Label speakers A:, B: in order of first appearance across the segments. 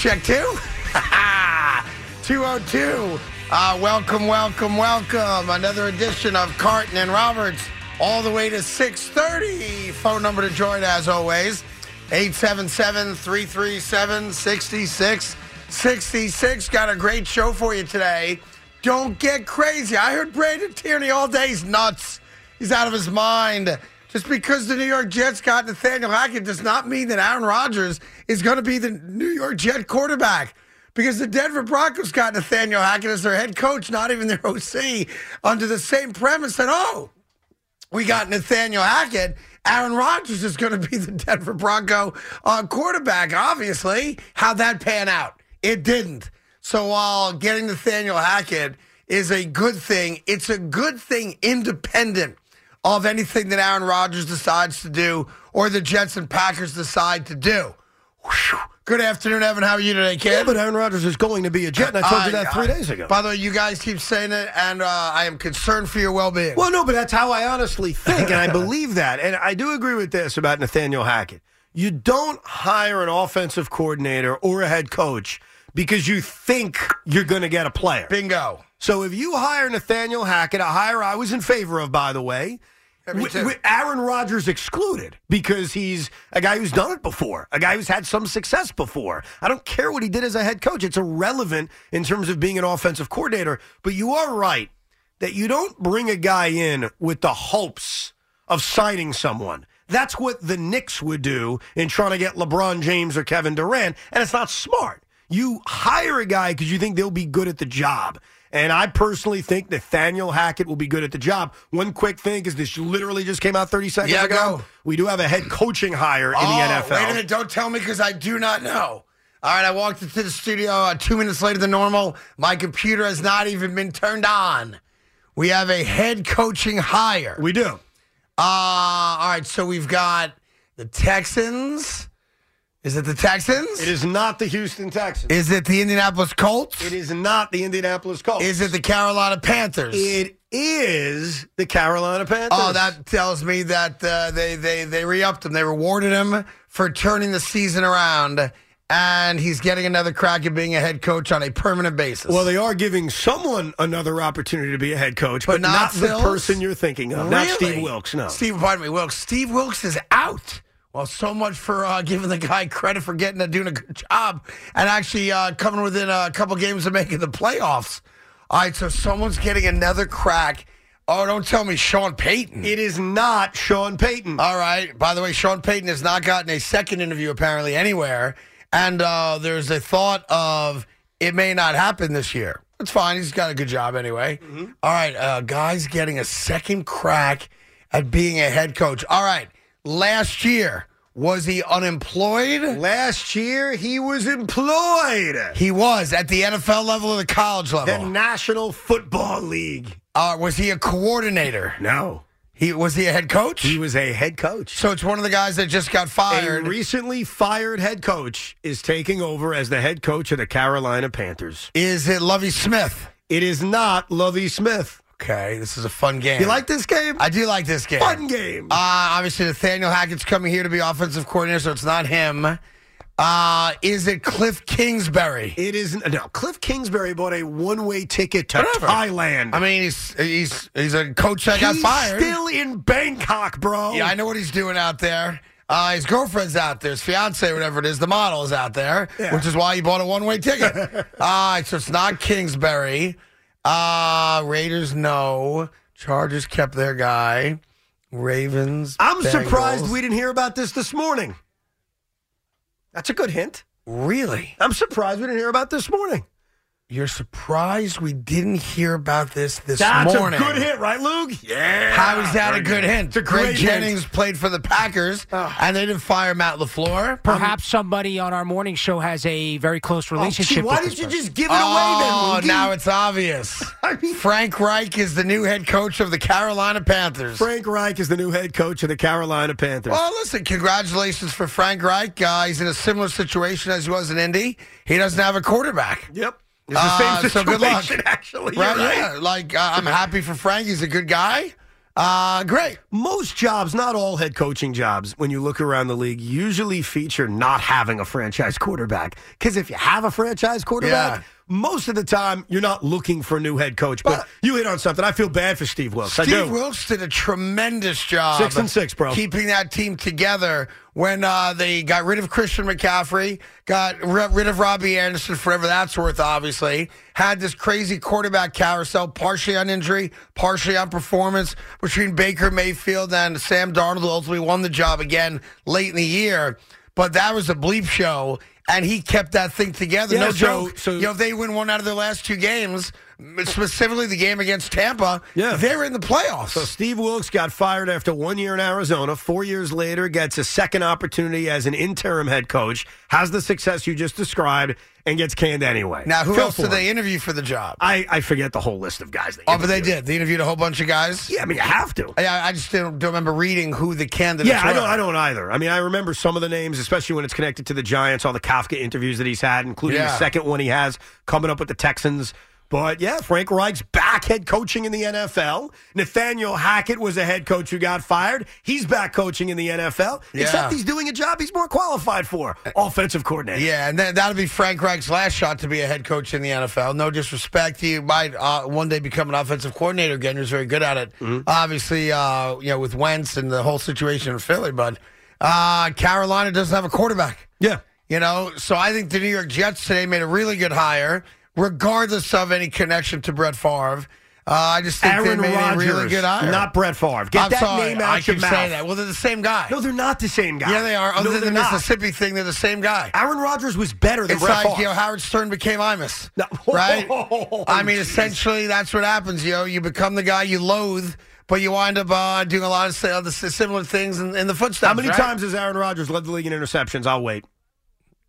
A: Check two. 202. Uh, welcome, welcome, welcome. Another edition of Carton and Roberts, all the way to 630. Phone number to join, as always, 877-337-6666. Got a great show for you today. Don't get crazy. I heard Brandon Tierney all day. He's nuts. He's out of his mind. Just because the New York Jets got Nathaniel Hackett does not mean that Aaron Rodgers is going to be the New York Jet quarterback because the Denver Broncos got Nathaniel Hackett as their head coach, not even their OC, under the same premise that, oh, we got Nathaniel Hackett. Aaron Rodgers is going to be the Denver Bronco uh, quarterback, obviously. How'd that pan out? It didn't. So while getting Nathaniel Hackett is a good thing, it's a good thing independent of anything that Aaron Rodgers decides to do or the Jets and Packers decide to do. Whew. Good afternoon, Evan. How are you today, kid?
B: But Aaron Rodgers is going to be a Jet, and I told you
A: I-
B: that three
A: I-
B: days ago.
A: By the way, you guys keep saying it, and uh, I am concerned for your well-being.
B: well, no, but that's how I honestly think, and I believe that. And I do agree with this about Nathaniel Hackett. You don't hire an offensive coordinator or a head coach because you think you're going to get a player.
A: Bingo.
B: So if you hire Nathaniel Hackett, a hire I was in favor of, by the way,
A: Yeah, me
B: wi-
A: too.
B: wi- Aaron Rodgers excluded because he's a guy who's done it before, a guy who's had some success before. I don't care what he did as a head coach. It's irrelevant in terms of being an offensive coordinator. But you are right that you don't bring a guy in with the hopes of signing someone. That's what the Knicks would do in trying to get LeBron James or Kevin Durant, and it's not smart. You hire a guy because you think they'll be good at the job. And I personally think Nathaniel Hackett will be good at the job. One quick thing is this literally just came out 30 seconds
A: Yeah,
B: ago.
A: go.
B: We do have a head coaching hire in
A: Oh,
B: the NFL.
A: Wait a minute, don't tell me because I do not know. All right, I walked into the studio uh, two minutes later than normal. My computer has not even been turned on. We have a head coaching hire.
B: We do.
A: uh, all right, so we've got the Texans. Is it the Texans?
B: It is not the Houston Texans.
A: Is it the Indianapolis Colts?
B: It is not the Indianapolis Colts.
A: Is it the Carolina Panthers?
B: It is the Carolina Panthers.
A: Oh, that tells me that uh, they they they re-upped him. They rewarded him for turning the season around, and he's getting another crack at being a head coach on a permanent basis.
B: Well, they are giving someone another opportunity to be a head coach, but,
A: But not
B: not, the
A: Phil's?
B: person you're thinking of. Not
A: Really?
B: Steve Wilkes, no.
A: Steve, pardon me, Wilkes. Steve Wilkes is out. Well, so much for uh, giving the guy credit for getting to doing a good job and actually uh, coming within a couple games of making the playoffs. All right, so someone's getting another crack. Oh, don't tell me Sean Payton.
B: It is not Sean Payton.
A: All right. By the way, Sean Payton has not gotten a second interview apparently anywhere, and uh, there's a thought of it may not happen this year. It's fine. He's got a good job anyway.
B: Mm-hmm.
A: All right, uh, guys, getting a second crack at being a head coach. All right. Last year was he unemployed?
B: Last year, he was employed at
A: He was at the NFL level or the college
B: the
A: level.
B: National Football League.
A: Uh, was he a coordinator?
B: No.
A: He was he a head coach?
B: He was a head coach.
A: So it's one of the guys that just got
B: A
A: fired.
B: recently fired head coach is taking over as the head coach of the Carolina Panthers.
A: Is it Lovey Smith?
B: It is not Lovey Smith.
A: Okay, this is a fun game.
B: You like this game?
A: I do like this game.
B: Fun game.
A: Uh, obviously, Nathaniel Hackett's coming here to be offensive coordinator, so it's not him. Uh, is it Cliff Kingsbury?
B: It is no. Cliff Kingsbury bought a one-way ticket to
A: Whatever.
B: Thailand.
A: I mean, he's he's he's a coach that got
B: He's
A: fired.
B: still in Bangkok, bro.
A: yeah, I know what he's doing out there. Uh, his girlfriend's out there, his fiance, whatever it is, the model is out there,
B: Yeah.
A: which is why he bought a one way ticket. All right, so it's not Kingsbury. Uh, Raiders, no. Chargers kept their guy. Ravens.
B: I'm surprised
A: Bengals.
B: we didn't hear about this this morning. That's a good hint.
A: Really?
B: I'm surprised we didn't hear about this morning.
A: You're surprised we didn't hear about this this
B: That's
A: morning.
B: a good hit, right, Luke? Yeah.
A: How is that a good hint?
B: It's a
A: Greg
B: great
A: Jennings played for the Packers, and they didn't fire Matt Lafleur.
C: Perhaps somebody on our morning show has a very close relationship.
B: Why
C: with
B: did
C: this
B: you
C: person.
B: just give it
A: Oh,
B: away then? Luke?
A: now it's obvious.
B: I mean-
A: Frank Reich is the new head coach of the Carolina Panthers.
B: Frank Reich is the new head coach of the Carolina Panthers.
A: Well, listen, congratulations for Frank Reich. Uh, he's in a similar situation as he was in Indy. He doesn't have a quarterback.
B: yep. It's the same
A: Uh,
B: situation,
A: so good luck.
B: actually.
A: Right?
B: You're right.
A: Yeah. Like, uh, I'm happy for Frank. He's a good guy. Uh, great.
B: Most jobs, not all head coaching jobs, when you look around the league, usually feature not having a franchise quarterback. Because if you have a franchise quarterback,
A: Yeah.
B: most of the time you're not looking for a new head coach. But,
A: But-
B: you hit on something. I feel bad for Steve Wilkes. I do.
A: Steve Wilkes did a tremendous job.
B: Six and six, bro.
A: Keeping that team together when uh, they got rid of Christian McCaffrey, got ri- rid of Robbie Anderson, forever that's worth, obviously. Had this crazy quarterback carousel, partially on injury, partially on performance, between Baker Mayfield and Sam Darnold, who ultimately won the job again late in the year. But that was a bleep show, and he kept that thing together.
B: Yeah,
A: no
B: so-
A: joke.
B: so-
A: you know, if they win one out of their last two games, specifically the game against Tampa,
B: Yeah.
A: they're in the playoffs.
B: So Steve Wilkes got fired after one year in Arizona. Four years later, gets a second opportunity as an interim head coach, has the success you just described, and gets canned anyway.
A: now, who
B: Feel
A: else
B: for
A: did
B: him.
A: they interview for the job?
B: I, I forget the whole list of guys. They
A: oh, but they
B: interviewed.
A: did. They interviewed a whole bunch of guys.
B: Yeah, I mean, you have to.
A: I, I just don't, don't remember reading who the candidates
B: Yeah, I
A: were.
B: don't. I don't either. I mean, I remember some of the names, especially when it's connected to the Giants. All the Kafka interviews that he's had, including
A: Yeah.
B: the second one he has coming up with the Texans. But yeah, Frank Reich's back head coaching in the NFL. Nathaniel Hackett was a head coach who got fired. He's back coaching in the NFL.
A: Yeah. Uh,
B: Except he's doing a job he's more qualified for, offensive coordinator.
A: Yeah, and that, that'll be Frank Reich's last shot to be a head coach in the NFL. No disrespect, he might uh, one day become an offensive coordinator again. He's very good at it.
B: Mm-hmm.
A: Obviously, uh, you know, with Wentz and the whole situation in Philly, but uh, Carolina doesn't have a quarterback.
B: Yeah.
A: You know, so I think the New York Jets today made a really good hire, regardless of any connection to Brett Favre. Uh, I just think
B: Aaron
A: they made
B: Rodgers,
A: a really good hire.
B: not Brett Favre. Get
A: I'm
B: that
A: sorry,
B: name
A: I
B: out your
A: keep
B: mouth.
A: saying that. Well, they're the same guy.
B: No, they're not the same guy.
A: yeah, they are. Other
B: no,
A: than the
B: they're not.
A: Mississippi thing, they're the same guy.
B: Aaron Rodgers was better than
A: It's
B: Brett
A: like
B: Favre.
A: you know Howard Stern became Imus,
B: No.
A: right?
B: Oh,
A: I mean,
B: geez.
A: essentially that's what happens. You know, you become the guy you loathe, but you wind up uh, doing a lot of si- other s- similar things in, in the footsteps.
B: How many
A: right?
B: times has Aaron Rodgers led the league in interceptions? I'll wait.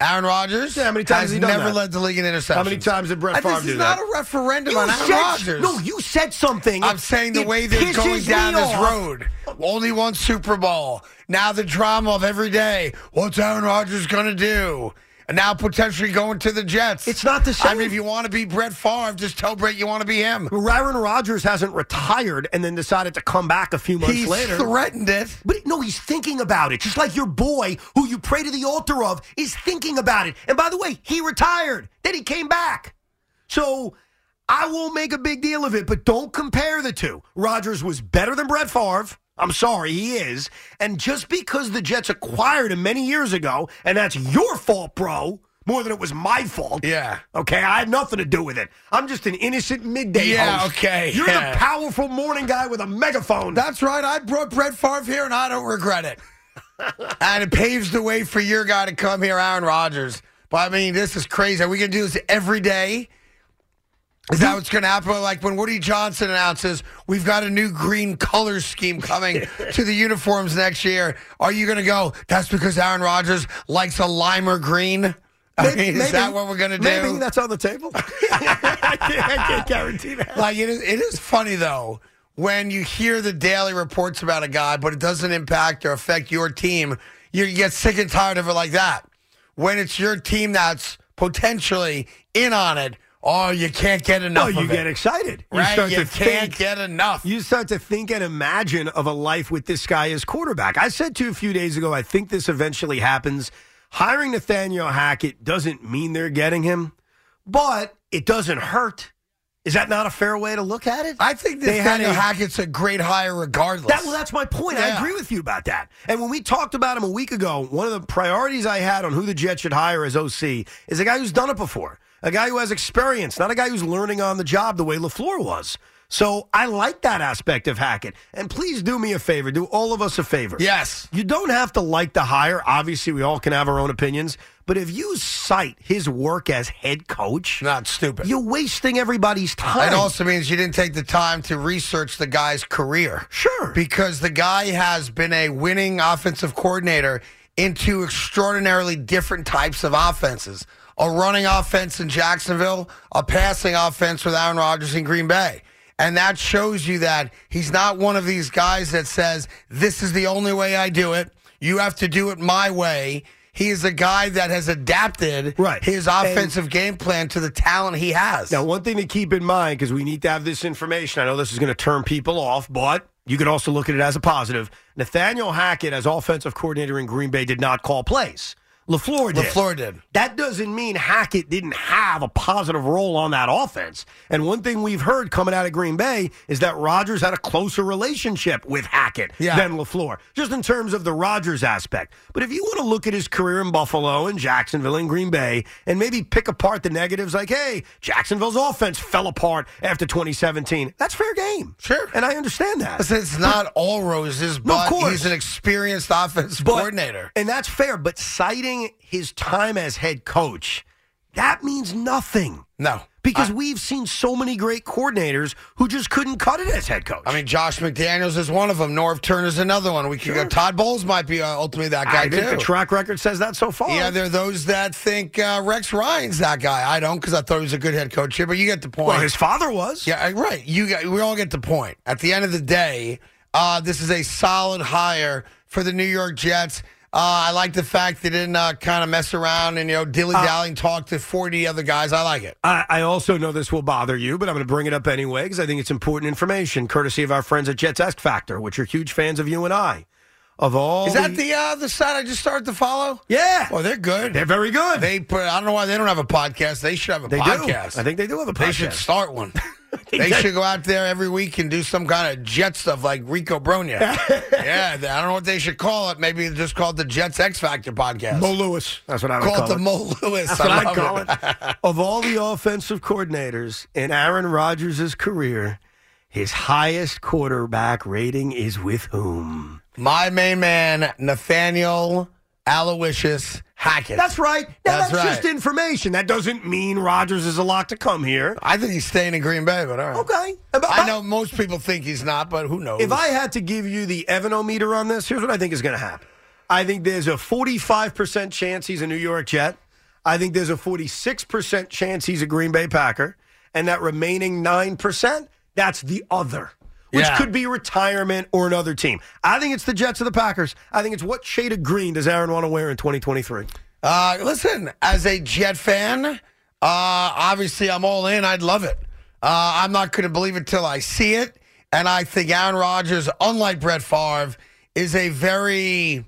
A: Aaron Rodgers?
B: Yeah, how many
A: has
B: times has he done
A: never
B: that?
A: led the league in interceptions?
B: How many times did Brett
A: And
B: Favre
A: This is
B: do
A: not
B: that?
A: a referendum on Aaron
B: said-
A: Rodgers.
B: No, you said something.
A: I'm
B: It-
A: saying the
B: it
A: way they're going
B: pisses
A: down
B: me
A: this
B: off.
A: road. Only one Super Bowl. Now the drama of every day. What's Aaron Rodgers going to do? And now potentially going to the Jets.
B: It's not the
A: I
B: same.
A: mean, if you want to be Brett Favre, just tell Brett you want to be him.
B: Aaron Rodgers hasn't retired and then decided to come back a few months
A: He's
B: later.
A: threatened it.
B: But no, he's thinking about it. Just like your boy, who you pray to the altar of, is thinking about it. And by the way, he retired. Then he came back. So I won't make a big deal of it, but don't compare the two. Rodgers was better than Brett Favre. I'm sorry, he is. And just because the Jets acquired him many years ago, and that's your fault, bro, more than it was my fault.
A: Yeah.
B: Okay, I had nothing to do with it. I'm just an innocent midday
A: Yeah,
B: host.
A: okay,
B: You're
A: yeah.
B: the powerful morning guy with a megaphone.
A: That's right. I brought Brett Favre here, and I don't regret it. and it paves the way for your guy to come here, Aaron Rodgers. But I mean, this is crazy. Are we going to do this every day? Is that what's going to happen? Like when Woody Johnson announces we've got a new green color scheme coming to the uniforms next year, are you going to go? That's because Aaron Rodgers likes a limer green. I mean, is that what we're going to do?
B: Maybe that's on the table. I, can't, I can't guarantee that.
A: like it is, it is funny though when you hear the daily reports about a guy, but it doesn't impact or affect your team. You get sick and tired of it like that. When it's your team that's potentially in on it, oh, you can't get
B: No,
A: enough.
B: you
A: of
B: get
A: it,
B: excited.
A: right?
B: You start
A: You
B: to
A: can't
B: think.
A: get enough.
B: you start to think and imagine of a life with this guy as quarterback. I said to you a few days ago, I think this eventually happens. Hiring Nathaniel Hackett doesn't mean they're getting him, but it doesn't hurt. Is that not a fair way to look at it?
A: I think
B: They
A: this
B: had
A: Daniel
B: a-
A: Hackett's a great hire, regardless.
B: That, well, that's my point. I
A: Yeah.
B: agree with you about that. And when we talked about him a week ago, one of the priorities I had on who the Jets should hire as OC is a guy who's done it before, a guy who has experience, not a guy who's learning on the job the way LaFleur was. So I like that aspect of Hackett. And please do me a favor, do all of us a favor.
A: Yes.
B: You don't have to like the hire. Obviously, we all can have our own opinions. But if you cite his work as head coach,
A: Not stupid.
B: you're wasting everybody's time.
A: It also means you didn't take the time to research the guy's career.
B: Sure.
A: Because the guy has been a winning offensive coordinator in two extraordinarily different types of offenses a running offense in Jacksonville, a passing offense with Aaron Rodgers in Green Bay. And that shows you that he's not one of these guys that says, This is the only way I do it. You have to do it my way. He is a guy that has adapted
B: Right.
A: his
B: And-
A: offensive game plan to the talent he has.
B: Now, one thing to keep in mind, because we need to have this information, I know this is going to turn people off, but you could also look at it as a positive. Nathaniel Hackett, as offensive coordinator in Green Bay, did not call plays. LaFleur did.
A: LaFleur did.
B: That doesn't mean Hackett didn't have a positive role on that offense. And one thing we've heard coming out of Green Bay is that Rodgers had a closer relationship with Hackett
A: Yeah.
B: than LaFleur, just in terms of the Rodgers aspect. But if you want to look at his career in Buffalo and Jacksonville and Green Bay and maybe pick apart the negatives, like, hey, Jacksonville's offense fell apart after 2017, that's fair game.
A: Sure.
B: And I understand that.
A: Listen, it's not all roses,
B: No,
A: but
B: of course.
A: he's an experienced offense coordinator.
B: And that's fair, but citing his time as head coach, that means nothing.
A: No.
B: Because we've seen so many great coordinators who just couldn't cut it as head coach.
A: I mean, Josh McDaniels is one of them. Norv Turner's another one. We could go. Todd Bowles might be uh, ultimately that guy
B: I think
A: too.
B: the track record says that so far.
A: yeah, there are those that think uh, Rex Ryan's that guy. I don't because I thought he was a good head coach here. But you get the point.
B: well, his father was.
A: Yeah, uh, right. You got, we all get the point. At the end of the day, uh, this is a solid hire for the New York Jets. Uh, I like the fact they didn't uh, kind of mess around and you know dilly
B: Uh,
A: dally and talk to forty other guys. I like it.
B: I, I also know this will bother you, but I'm going to bring it up anyway because I think it's important information, courtesy of our friends at Jets Ask Factor, which are huge fans of you and I. Of all,
A: Is that the uh, the side I just started to follow?
B: yeah?
A: Well, they're good.
B: they're very good.
A: They put. I don't know why they don't have a podcast. They should have a
B: They
A: podcast.
B: do. I think they do have a podcast.
A: they should start one. they should go out there every week and do some kind of jet stuff like Rico Bronya. yeah, they- I don't know what they should call it. Maybe just call it the Jets X Factor podcast.
B: Mo Lewis. That's what I would
A: call,
B: call
A: it the Mo Lewis.
B: That's what
A: I
B: I'd
A: love
B: call it. of all the offensive coordinators in Aaron Rodgers' career, his highest quarterback rating is with whom?
A: My main man, Nathaniel Aloysius Hackett.
B: That's right. Now,
A: That's
B: that's, just
A: right.
B: information. That doesn't mean Rodgers is a lot to come here.
A: I think he's staying in Green Bay, but all right.
B: Okay. But-
A: I know most people think he's not, but who knows?
B: If I had to give you the Evanometer on this, here's what I think is going to happen. I think there's a 45% chance he's a New York Jet. I think there's a 46% chance he's a Green Bay Packer. And that remaining 9%, that's the other, which
A: Yeah.
B: could be retirement or another team. I think it's the Jets or the Packers. I think it's what shade of green does Aaron want to wear in 2023?
A: Uh, listen, as a Jet fan, uh, obviously I'm all in. I'd love it. Uh, I'm not going to believe it till I see it. And I think Aaron Rodgers, unlike Brett Favre, is a very,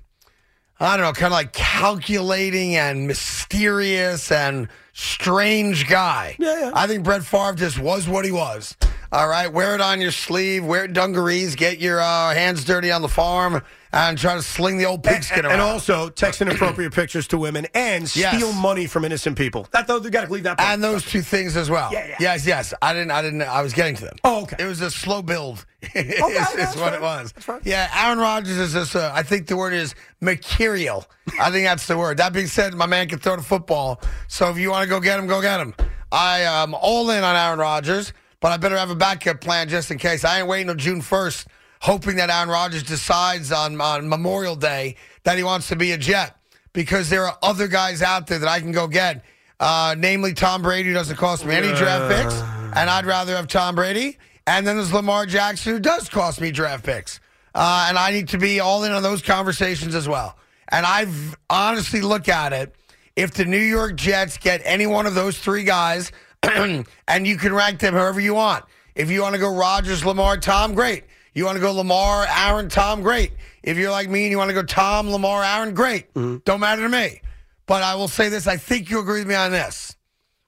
A: I don't know, kind of like calculating and mysterious and strange guy.
B: Yeah, yeah.
A: I think Brett Favre just was what he was. All right, wear it on your sleeve, wear dungarees, get your uh, hands dirty on the farm, and try to sling the old pigskin
B: And,
A: around.
B: and also text inappropriate pictures to women and steal
A: Yes.
B: money from innocent people. That though, you got to leave that. part.
A: and those two things as well.
B: Yeah, yeah.
A: Yes, yes. I didn't. I didn't. I was getting to them.
B: Oh, okay.
A: It was a slow build. is,
B: that's
A: is what
B: fine.
A: it was.
B: That's fine.
A: Yeah, Aaron Rodgers is just. Uh, I think the word is mercurial. I think that's the word. That being said, my man can throw the football. So if you want to go get him, go get him. I am all in on Aaron Rodgers, but I better have a backup plan just in case. I ain't waiting until June first, hoping that Aaron Rodgers decides on, on Memorial Day that he wants to be a Jet because there are other guys out there that I can go get, uh, namely Tom Brady, who doesn't cost me any draft picks, and I'd rather have Tom Brady. And then there's Lamar Jackson, who does cost me draft picks, uh, and I need to be all in on those conversations as well. And I've honestly look at it. If the New York Jets get any one of those three guys, and you can rank them however you want. If you want to go Rodgers, Lamar, Tom, great. You want to go Lamar, Aaron, Tom, great. If you're like me and you want to go Tom, Lamar, Aaron, great. Don't matter to me. But I will say this I think you agree with me on this.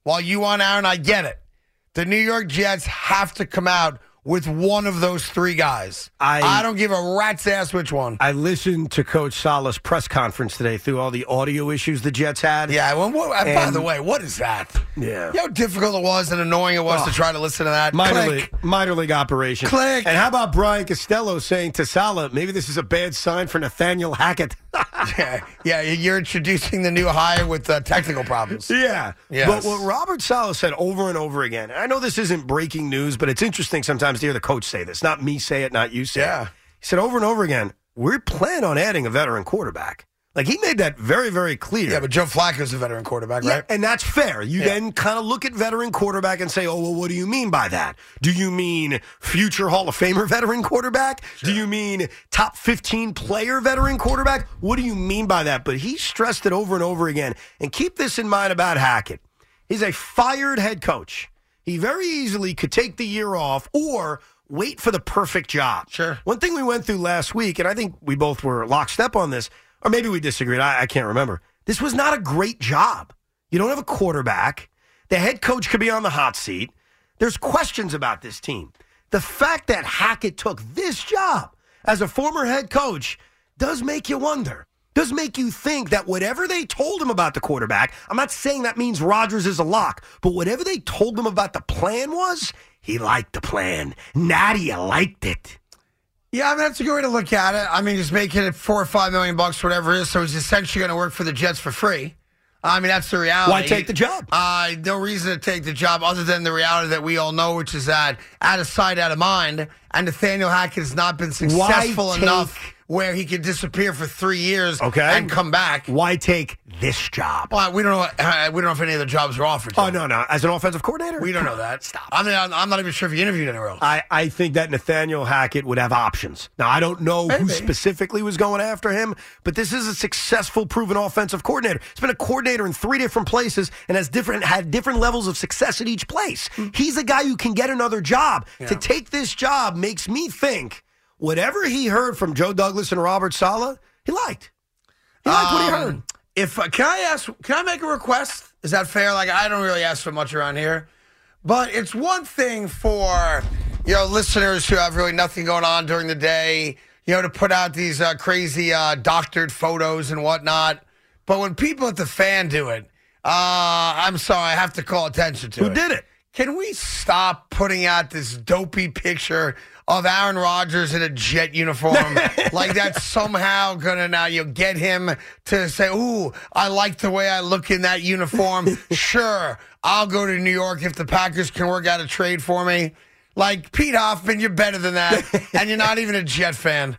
A: While you want Aaron, I get it. The New York Jets have to come out with one of those three guys.
B: I-
A: I don't give a rat's ass which one.
B: I listened to Coach Sala's press conference today through all the audio issues the Jets had.
A: yeah, well, what, and by
B: And-
A: the way, what is that?
B: Yeah.
A: You know how difficult it was and annoying it was to try to listen to that?
B: Minor
A: Click.
B: league, minor league operation.
A: Click.
B: And how about Brian Costello saying to Sala, maybe this is a bad sign for Nathaniel Hackett?
A: Yeah, yeah, you're introducing the new hire with uh, technical problems.
B: Yeah.
A: Yes.
B: But what Robert Sala said over and over again, and I know this isn't breaking news, but it's interesting sometimes to hear the coach say this, not me say it, not you say
A: Yeah.
B: it. He said over and over again, we plan on adding a veteran quarterback. Like he made that very, very clear.
A: Yeah, but Joe Flacco's a veteran quarterback,
B: Yeah,
A: right?
B: and that's fair. You then kind of look at veteran quarterback and say, oh, well, what do you mean by that? Do you mean future Hall of Famer veteran quarterback? Do you mean top 15 player veteran quarterback? What do you mean by that? But he stressed it over and over again. And keep this in mind about Hackett. He's a fired head coach. He very easily could take the year off or wait for the perfect job.
A: Sure.
B: One thing we went through last week, and I think we both were lockstep on this, or maybe we disagreed. I, I can't remember. This was not a great job. You don't have a quarterback. The head coach could be on the hot seat. There's questions about this team. The fact that Hackett took this job as a former head coach does make you wonder. Does make you think that whatever they told him about the quarterback, I'm not saying that means Rodgers is a lock, but whatever they told him about the plan was, he liked the plan. Nadia liked it.
A: Yeah, I mean that's a good way to look at it. I mean, he's making it four or five million bucks, whatever it is. So he's essentially going to work for the Jets for free. I mean, that's the reality.
B: Why take the job?
A: Uh, no reason to take the job other than the reality that we all know, which is that out of sight, out of mind. And Nathaniel Hackett has not been successful
B: take-
A: enough where he could disappear for three years
B: Okay.
A: and come back.
B: Why take this job?
A: Well, we don't know. Uh, we don't know if any of the jobs were offered. To
B: Oh
A: him.
B: no, no! As an offensive coordinator,
A: we don't know that. Stop. I mean, I'm I'm not even sure if he interviewed anywhere else.
B: I, I think that Nathaniel Hackett would have options. Now, I don't know who
A: Maybe.
B: specifically was going after him, but this is a successful, proven offensive coordinator. He's been a coordinator in three different places and has different had different levels of success at each place.
A: Hmm.
B: He's a guy who can get another job. To take this job makes me think whatever he heard from Joe Douglas and Robert Sala, he liked. He liked what he
A: Um,
B: heard.
A: If uh, can I ask? Can I make a request? Is that fair? Like I don't really ask for much around here, but it's one thing for you know listeners who have really nothing going on during the day, you know, to put out these uh, crazy uh, doctored photos and whatnot. But when people at the fan do it, uh, I'm sorry, I have to call attention to
B: Who
A: it.
B: did it?
A: Can we stop putting out this dopey picture of Aaron Rodgers in a jet uniform? like that's somehow gonna now you'll get him to say, Ooh, I like the way I look in that uniform. sure, I'll go to New York if the Packers can work out a trade for me. Like Pete Hoffman, you're better than that. and you're not even a Jet fan.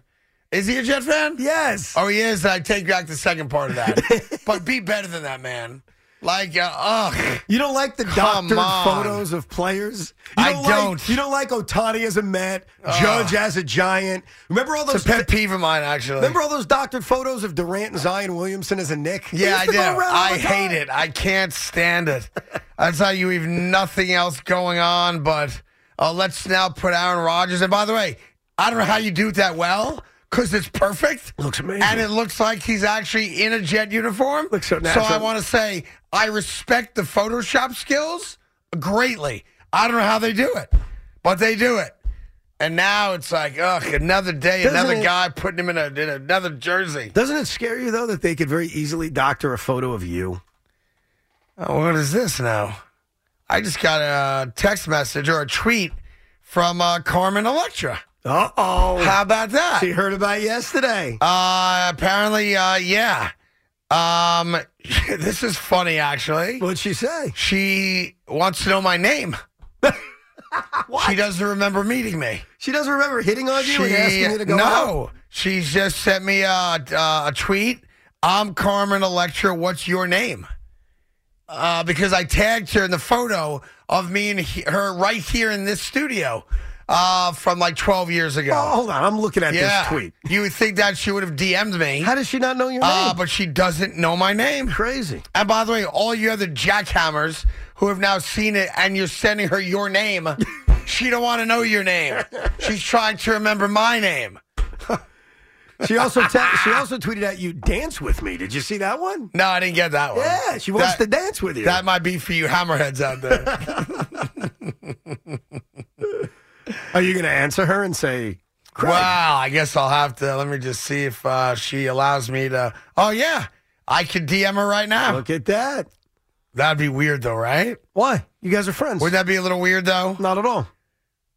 A: Is he a Jet fan?
B: Yes.
A: Oh, he is. I take back the second part of that. but be better than that, man. Like, uh, ugh.
B: You don't like the
A: Come
B: doctored
A: on.
B: photos of players. You
A: I
B: like-
A: don't.
B: you don't like Otani as a Met, Judge as a Giant. Remember all those
A: It's a pet peeve of mine, actually.
B: Remember all those doctored photos of Durant and Zion Williamson as a Nick? They
A: Yeah,
B: used
A: I
B: to
A: do.
B: go around all
A: I
B: the time.
A: hate it. I can't stand it. I tell you, we've nothing else going on, but uh, let's now put Aaron Rodgers. And by the way, I don't know how you do it that well because it's perfect.
B: Looks amazing.
A: And it looks like he's actually in a jet uniform.
B: Looks so
A: So I
B: natural.
A: want to say I respect the Photoshop skills greatly. I don't know how they do it, but they do it. And now it's like, ugh, another day,
B: Doesn't
A: another
B: it-
A: guy putting him in, a, in another jersey.
B: Doesn't it scare you though that they could very easily doctor a photo of you?
A: Oh, what is this now? I just got a text message or a tweet from uh, Carmen Electra.
B: Uh oh.
A: How about that?
B: She heard about yesterday.
A: Uh, apparently, uh, yeah. Um, this is funny, actually.
B: What'd she say?
A: She wants to know my name. She doesn't remember meeting me.
B: She doesn't remember hitting on you and asking you to go
A: no,
B: out?
A: she just sent me a, uh, a tweet. I'm Carmen Electra. What's your name? Uh, because I tagged her in the photo of me and he- her right here in this studio uh, from like 12 years ago.
B: Oh, hold on. I'm looking at
A: yeah,
B: this tweet.
A: you would think that she would have DM'd me,
B: How does she not know your name?
A: uh, but she doesn't know my name.
B: Crazy.
A: And by the way, all you other jackhammers who have now seen it and you're sending her your name, she don't want to know your name. She's trying to remember my name.
B: She also te- she also tweeted at you, dance with me. Did you see that one?
A: No, I didn't get that one.
B: Yeah, she wants
A: That-
B: to dance with you.
A: That might be for you hammerheads out there.
B: Are you going to answer her and say, Craig?
A: Well, I guess I'll have to. Let me just see if uh, she allows me to. Oh yeah, I could DM her right now.
B: Look at that.
A: That'd be weird though, right?
B: Why? You guys are friends.
A: Wouldn't that be a little weird though?
B: Not at all.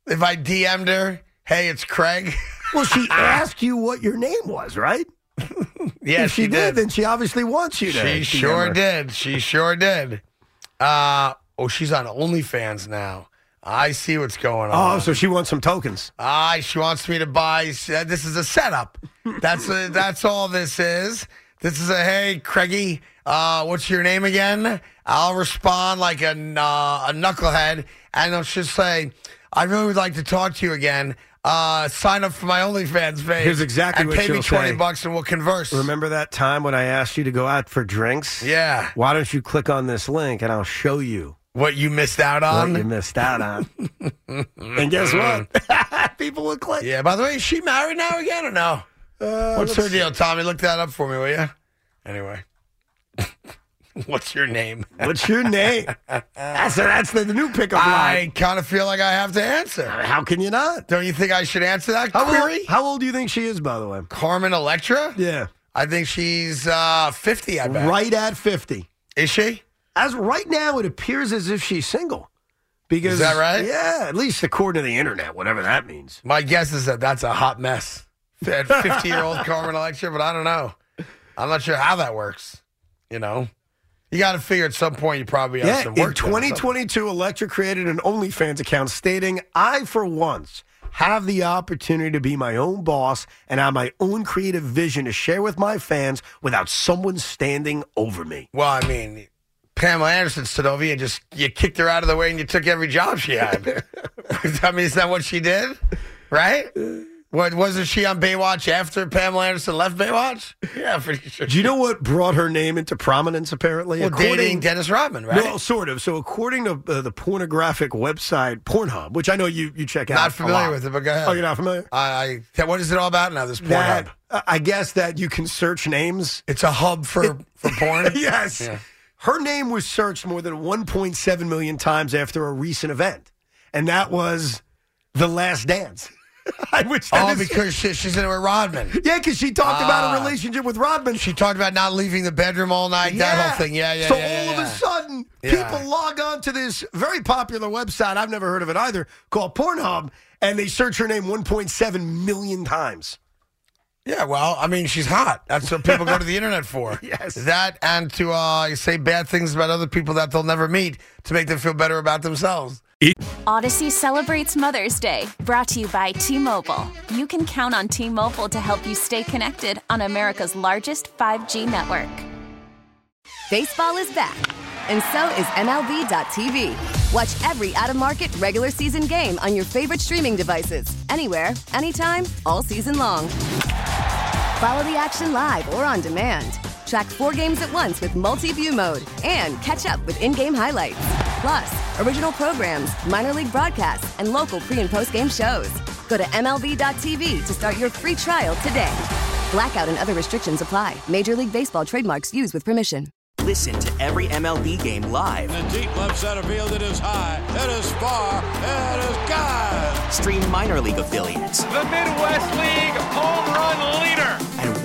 A: If I DM'd her, hey, it's Craig.
B: Well, she
A: Ah.
B: asked you what your name was, right?
A: yeah,
B: if she, did, then she obviously wants you to.
A: She
B: DM
A: sure
B: her.
A: did. She sure did. Uh, oh, she's on OnlyFans now. I see what's going on.
B: Oh, so she wants some tokens.
A: Ah, she wants me to buy. uh, This is a setup. That's uh that's all this is. This is a hey, Craigie. Uh, what's your name again? I'll respond like a uh, a knucklehead, and I'll just say, "I really would like to talk to you again. Uh, sign up for my OnlyFans page.
B: Here's exactly
A: and
B: what
A: pay me
B: she'll
A: twenty
B: say.
A: bucks, and we'll converse."
B: Remember that time when I asked you to go out for drinks?
A: Yeah.
B: Why don't you click on this link and I'll show you
A: What you missed out
B: what
A: on?
B: you missed out on? and guess what? People would click.
A: yeah. By the way, is she married now again or no?
B: Uh,
A: What's her deal, Tommy? Look that up for me, will you? Anyway, what's your name?
B: What's your name? that's that's the, the new pickup line.
A: I kind of feel like I have to answer.
B: How can you not?
A: Don't you think I should answer that
B: How
A: query?
B: old, how old do you think she is, by the way?
A: Carmen Electra?
B: Yeah.
A: I think she's uh, 50, I bet.
B: Right at 50.
A: Is she?
B: As right now, it appears as if she's single. Because,
A: Is that right?
B: Yeah, at least according to the internet, whatever that means.
A: My guess is that that's a hot mess. 50 year old Carmen Electra, but I don't know. I'm not sure how that works. You know? You got to figure at some point you probably have
B: Yeah,
A: some
B: in
A: work. done or something.
B: 2022, Electra created an OnlyFans account stating, I, for once, have the opportunity to be my own boss and have my own creative vision to share with my fans without someone standing over me.
A: Well, I mean, Pamela Anderson stood over you and just you kicked her out of the way and you took every job she had. I mean, is that what she did? Right? What wasn't she on Baywatch after Pamela Anderson left Baywatch? Yeah, pretty sure.
B: Do you know what brought her name into prominence, apparently?
A: Well,
B: According-
A: dating Dennis Rodman, right?
B: Well, sort of. So, according to uh, the pornographic website Pornhub, which I know you, you check out,
A: not
B: a
A: familiar
B: lot.
A: with it, but go ahead.
B: Oh, you're not familiar?
A: I, I what is it all about now? This porn
B: That-
A: hub.
B: I- I guess that you can search names.
A: It's a hub for for porn.
B: yes. Her name was searched more than 1.7 million times after a recent event, and that was The Last Dance. I wish that
A: Oh,
B: is-
A: because she, she's in it with Rodman.
B: Yeah, because she talked about
A: Ah.
B: a relationship with Rodman.
A: She talked about not leaving the bedroom all night. That whole thing. Yeah, yeah.
B: So
A: yeah, yeah,
B: all of
A: yeah.
B: a sudden,
A: Yeah.
B: people log on to this very popular website. I've never heard of it either, called Pornhub, and they search her name 1.7 million times.
A: Yeah, well, I mean, she's hot. That's what people go to the internet for.
B: Yes.
A: That and to uh, say bad things about other people that they'll never meet to make them feel better about themselves.
D: Odyssey celebrates Mother's Day, brought to you by T Mobile. You can count on T Mobile to help you stay connected on America's largest 5G network.
E: Baseball is back, and so is MLB.tv. Watch every out of market regular season game on your favorite streaming devices, anywhere, anytime, all season long. Follow the action live or on demand. Track four games at once with multi view mode and catch up with in game highlights. Plus, original programs, minor league broadcasts, and local pre and post game shows. Go to MLB.tv to start your free trial today. Blackout and other restrictions apply. Major League Baseball trademarks used with permission.
F: Listen to every MLB game live.
G: In the deep left center field, it is high, it is far, it is God.
F: Stream minor league affiliates
H: The Midwest League home run leader.
F: and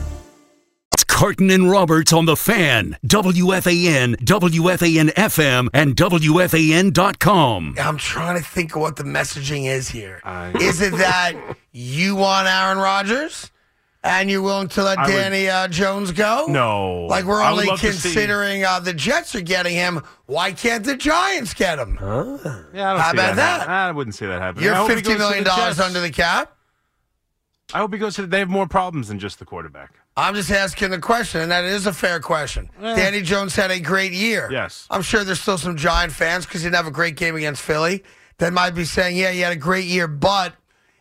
I: It's Carton and Roberts on the fan, WFAN, WFAN FM, and WFAN.com.
A: I'm trying to think of what the messaging is here. Is it that you want Aaron Rodgers and you're willing to let Danny uh, Jones go?
J: No.
A: Like, we're
J: I would
A: only
J: love to see-
A: considering uh, the Jets are getting him. Why can't the Giants get him?
J: Yeah, I don't
A: How
J: see
A: about
J: that.
A: that?
J: hap- I wouldn't say that happening.
A: You're
J: I hope he
A: $50
J: goes to
A: million
J: the Jets.
A: under the cap.
J: I hope he goes to. They have more problems than just the quarterback.
A: I'm just asking the question, and that is a fair question. Danny Jones had a great year.
J: Yes.
A: I'm sure there's still some Giant fans because he didn't have a great game against Philly that might be saying, yeah, he had a great year, but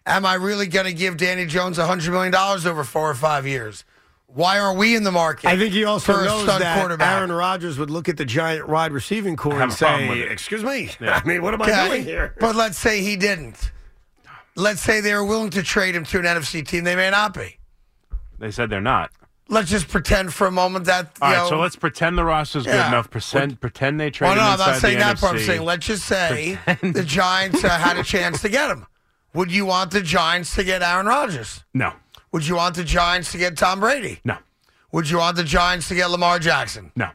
A: am I really going to give Danny Jones $100 million over four or five years? Why are we in the market?
B: I think he also
A: for a
B: knows
A: stunt
B: that
A: quarterback?
B: Aaron Rodgers would look at the giant wide receiving core
J: Have
B: and
J: a problem
B: say,
J: with it.
B: "Excuse me,
J: Yeah.
B: I mean, what am I
A: Okay,
B: doing here?"
A: But let's say he didn't. Let's say they were willing to trade him to an NFC team. They may not be.
J: They said they're not.
A: Let's just pretend for a moment that. You
J: All right,
A: know,
J: so let's pretend the roster's good
A: Yeah.
J: enough. Pretend, pretend they traded
A: Well, no, I'm
J: him inside
A: not saying
J: the
A: that part. I'm
J: NFC.
A: saying let's just say the Giants uh, had a chance to get him. Would you want the Giants to get Aaron Rodgers?
J: no,
A: Would you want the Giants to get Tom Brady?
J: no,
A: Would you want the Giants to get Lamar Jackson?
J: no.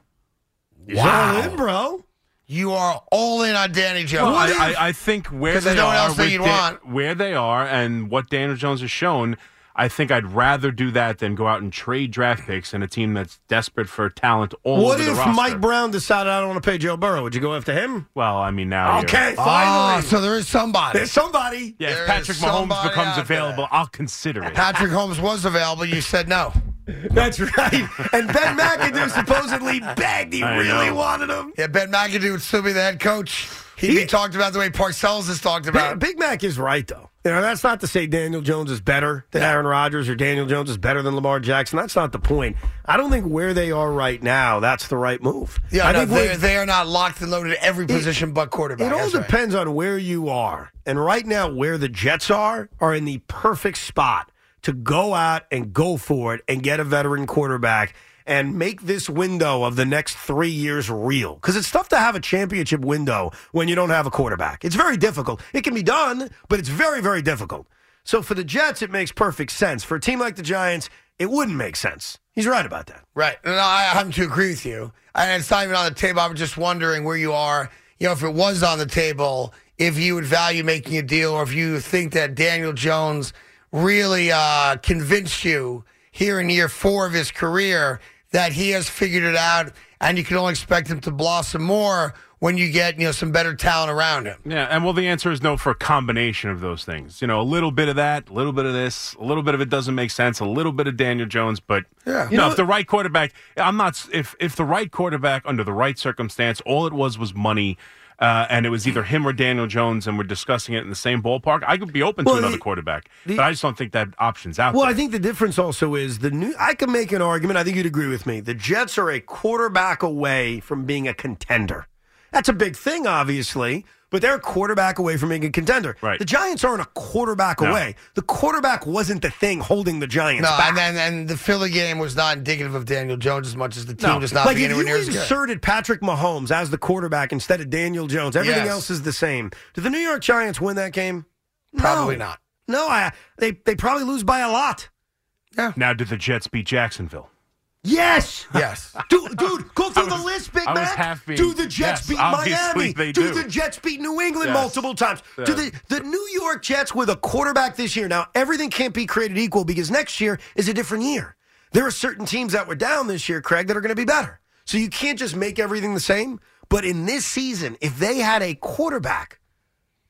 B: He's all in, bro.
A: You are all in on Danny Jones.
J: Well, Oh, I, I, I think where
A: 'Cause there's
J: they
A: no one
J: are,
A: else that
J: with
A: you'd
J: Dan-
A: want.
J: where they are, and what Daniel Jones has shown, I think I'd rather do that than go out and trade draft picks in a team that's desperate for talent all
B: What
J: over the
B: if
J: roster.
B: Mike Brown decided I don't want to pay Joe Burrow? Would you go after him?
J: Well, I mean now. you're-
B: Okay,
A: Ah,
B: finally.
A: so there is somebody.
B: There's somebody.
J: Yeah,
A: There
J: if
A: is
J: Patrick Mahomes
A: somebody
J: becomes
A: out there.
J: available, I'll consider it.
A: Patrick Holmes was available. You said no.
B: That's right. And Ben McAdoo supposedly begged. He
J: I
B: really
J: know.
B: wanted him.
A: Yeah, Ben McAdoo would still be the head coach. He'd
B: He-
A: be talked about the way Parcells is talked
B: Big,
J: Uh,
A: about.
B: Big Mac is right, though. You know, that's not to say Daniel Jones is better than Aaron Rodgers or Daniel Jones is better than Lamar Jackson. That's not the point. I don't think where they are right now, that's the right move.
A: Yeah,
B: I
A: no,
B: think where-
A: they they are not locked and loaded at every position but quarterback.
B: It all
A: That's right.
B: depends on where you are. And right now, where the Jets are, are in the perfect spot to go out and go for it and get a veteran quarterback and make this window of the next three years real. Because it's tough to have a championship window when you don't have a quarterback. It's very difficult. It can be done, but it's very, very difficult. So for the Jets, it makes perfect sense. For a team like the Giants, it wouldn't make sense. He's right about that.
A: Right. No, I happen to agree with you. And it's not even on the table. I'm just wondering where you are. You know, if it was on the table, if you would value making a deal or if you think that Daniel Jones really uh, convinced you here in year four of his career that he has figured it out and you can only expect him to blossom more when you get, you know, some better talent around him.
J: Yeah, and well, the answer is no for a combination of those things. You know, a little bit of that, a little bit of this, a little bit of it doesn't make sense, a little bit of Daniel Jones, but
A: Yeah.
J: you know, if the right quarterback, I'm not. s- If if the right quarterback under the right circumstance, all it was was money, uh, and it was either him or Daniel Jones, and we're discussing it in the same ballpark. I could be open
B: Well,
J: to another
B: the-
J: quarterback,
B: the-
J: but I just don't think that option's out.
B: Well,
J: there.
B: I think the difference also is the new. I can make an argument. I think you'd agree with me. The Jets are a quarterback away from being a contender. That's a big thing, obviously, but they're a quarterback away from being a contender.
J: Right.
B: The Giants aren't a quarterback
J: No.
B: away. The quarterback wasn't the thing holding the Giants
A: No,
B: back.
A: and, and and the Philly game was not indicative of Daniel Jones as much as the team just not
B: like
A: being
B: if
A: anywhere
B: you
A: near as good.
B: inserted Patrick Mahomes as the quarterback instead of Daniel Jones, everything
A: Yes.
B: else is the same. Did the New York Giants win that game?
A: Probably
B: No.
A: not.
B: No, I, they they probably lose by a lot.
J: now did the Jets beat Jacksonville?
B: Yes.
A: Yes.
B: Dude, dude, go through
J: was-
B: the list, Big
J: I was
B: Mac.
J: half being-
B: do the Jets
J: yes,
B: beat
J: obviously
B: Miami?
J: they
B: do,
J: do.
B: the Jets beat New England
J: Yes.
B: multiple times? Do
J: Yes.
B: the the New York Jets with a quarterback this year? Now everything can't be created equal because next year is a different year. There are certain teams that were down this year, Craig, that are going to be better. So you can't just make everything the same. But in this season, if they had a quarterback,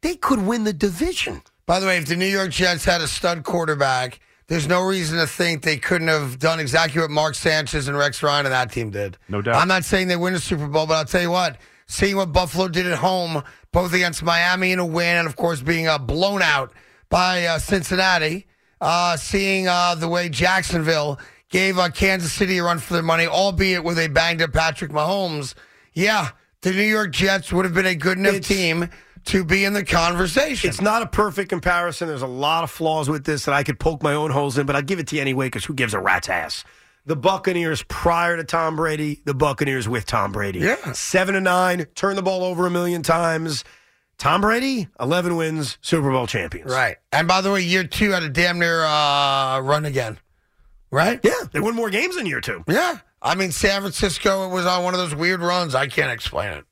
B: they could win the division.
A: By the way, if the New York Jets had a stud quarterback, there's no reason to think they couldn't have done exactly what Mark Sanchez and Rex Ryan and that team did.
J: No doubt.
A: I'm not saying they win the Super Bowl, but I'll tell you what, seeing what Buffalo did at home, both against Miami in a win, and of course being uh, blown out by uh, Cincinnati, uh, seeing uh, the way Jacksonville gave uh, Kansas City a run for their money, albeit with a banged up Patrick Mahomes. Yeah, the New York Jets would have been a good enough
B: It's-
A: team to be in the conversation.
B: It's not a perfect comparison. There's a lot of flaws with this that I could poke my own holes in, but I'll give it to you anyway because who gives a rat's ass? The Buccaneers prior to Tom Brady, the Buccaneers with Tom Brady.
A: Yeah.
B: Seven to nine, turn the ball over a million times. Tom Brady, 11 wins, Super Bowl champions.
A: Right. And by the way, year two had a damn near uh, run again. Right?
B: Yeah. They won more games in year two.
A: Yeah. I mean, San Francisco was on one of those weird runs. I can't explain it.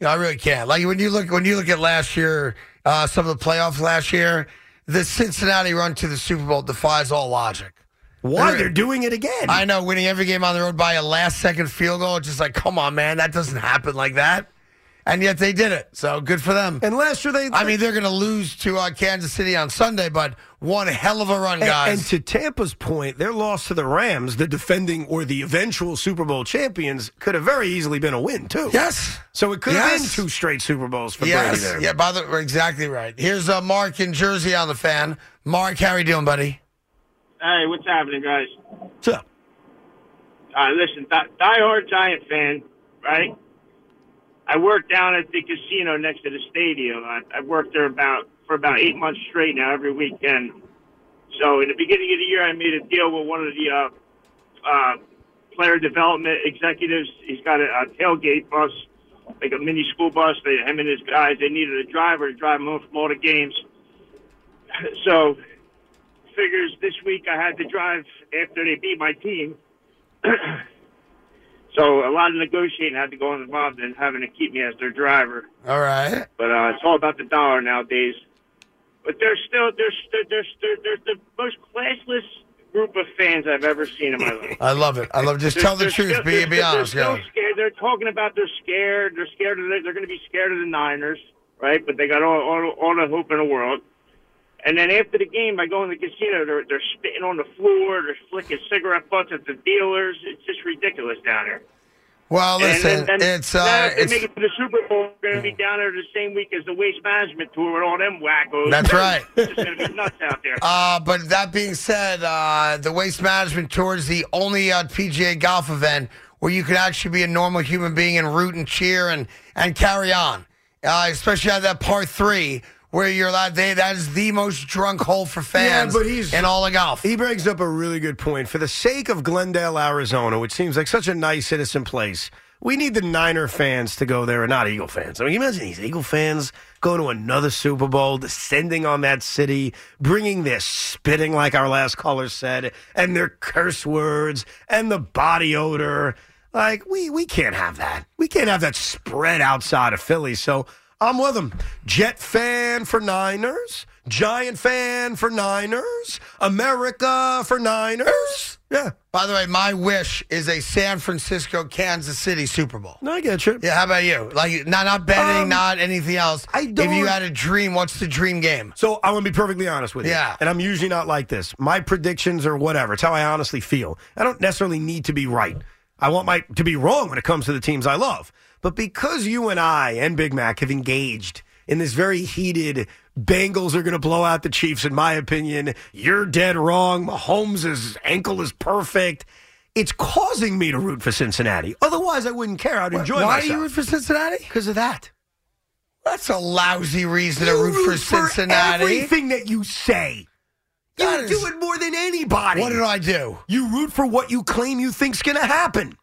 A: You know, I really can't. Like when you look when you look at last year, uh, some of the playoffs last year, the Cincinnati run to the Super Bowl defies all logic.
B: Why?
A: They're-
B: They're doing it again.
A: I know winning every game on the road by a last second field goal. It's just like, come on, man, that doesn't happen like that. And yet they did it. So good for them.
B: and last year they.
A: I mean, they're going to lose to uh, Kansas City on Sunday, but one hell of a run,
B: And-
A: guys.
B: And, to Tampa's point, their loss to the Rams, the defending or the eventual Super Bowl champions, could have very easily been a win, too.
A: yes.
B: So it could have been
A: Yes.
B: two straight Super Bowls for Brady
A: Yes.
B: there.
A: Yeah, by the, we're exactly right. Here's uh, Mark in Jersey on the fan. Mark, how are you doing, buddy?
K: Hey, what's happening, guys?
B: What's up?
K: Uh, listen, di- diehard Giant fan, right? I worked down at the casino next to the stadium. I, I worked there about for about eight months straight now, every weekend. So in the beginning of the year, I made a deal with one of the uh, uh, player development executives. He's got a, a tailgate bus, like a mini school bus. They, him and his guys, they needed a driver to drive them home from all the games. So figures this week I had to drive after they beat my team. so a lot of negotiating had to go involved in having to keep me as their driver.
A: All right.
K: But uh, it's all about the dollar nowadays. But they're still they're they're they're, they're, they're the most classless group of fans I've ever seen in my life.
A: I love it. I love. Just
K: They're-
A: tell the
K: they're
A: truth.
K: still-
A: be
K: they're-
A: be
K: they're
A: honest.
K: still
A: Go.
K: scared. They're talking about they're scared. They're scared. Of the, they're going to be scared of the Niners, right? But they got all, all all the hope in the world. And then after the game, I go in the casino. They're they're spitting on the floor. They're flicking cigarette butts at the dealers. It's just ridiculous down here.
A: Well,
K: And-
A: listen.
K: and- and
A: it's
K: now
A: uh,
K: if they
A: it's
K: make it to the Super Bowl. We're going to be down there the same week as the Waste Management Tour with all them wackos.
A: That's right.
K: It's going to be nuts out there.
A: Uh, but that being said, uh, the Waste Management Tour is the only uh, PGA golf event where you can actually be a normal human being and root and cheer and, and carry on. Uh, especially at that par three where you're allowed, they, that is the most drunk hole for fans
B: but he's-
A: in all of golf.
B: He brings up a really good point. For the sake of Glendale, Arizona, which seems like such a nice, innocent place, we need the Niner fans to go there and not Eagle fans. I mean, can you imagine these Eagle fans going to another Super Bowl, descending on that city, bringing their spitting, like our last caller said, and their curse words and the body odor. Like, we, we can't have that. We can't have that spread outside of Philly. So I'm with him. Jet fan for Niners. Giant fan for Niners. America for Niners. Yeah.
A: By the way, my wish is a San Francisco, Kansas City Super Bowl.
B: No, I get you.
A: Yeah, how about you? Like, not, not betting,
B: Um,
A: not anything else.
B: I
A: If you
B: don't-
A: had a dream, what's the dream game?
B: So I want to be perfectly honest with you.
A: Yeah.
B: And I'm usually not like this. My predictions are whatever. It's how I honestly feel. I don't necessarily need to be right. I want my to be wrong when it comes to the teams I love. But because you and I and Big Mac have engaged in this very heated Bengals are going to blow out the Chiefs, in my opinion. You're dead wrong. Mahomes' ankle is perfect. It's causing me to root for Cincinnati. Otherwise, I wouldn't care. I'd enjoy
A: Why
B: myself.
A: are you root for Cincinnati?
B: Because of that.
A: That's a lousy reason to
B: You
A: root for Cincinnati.
B: everything that you say. You
A: That is-
B: do it more than anybody.
A: What did I do?
B: You root for what you claim you think's going to happen.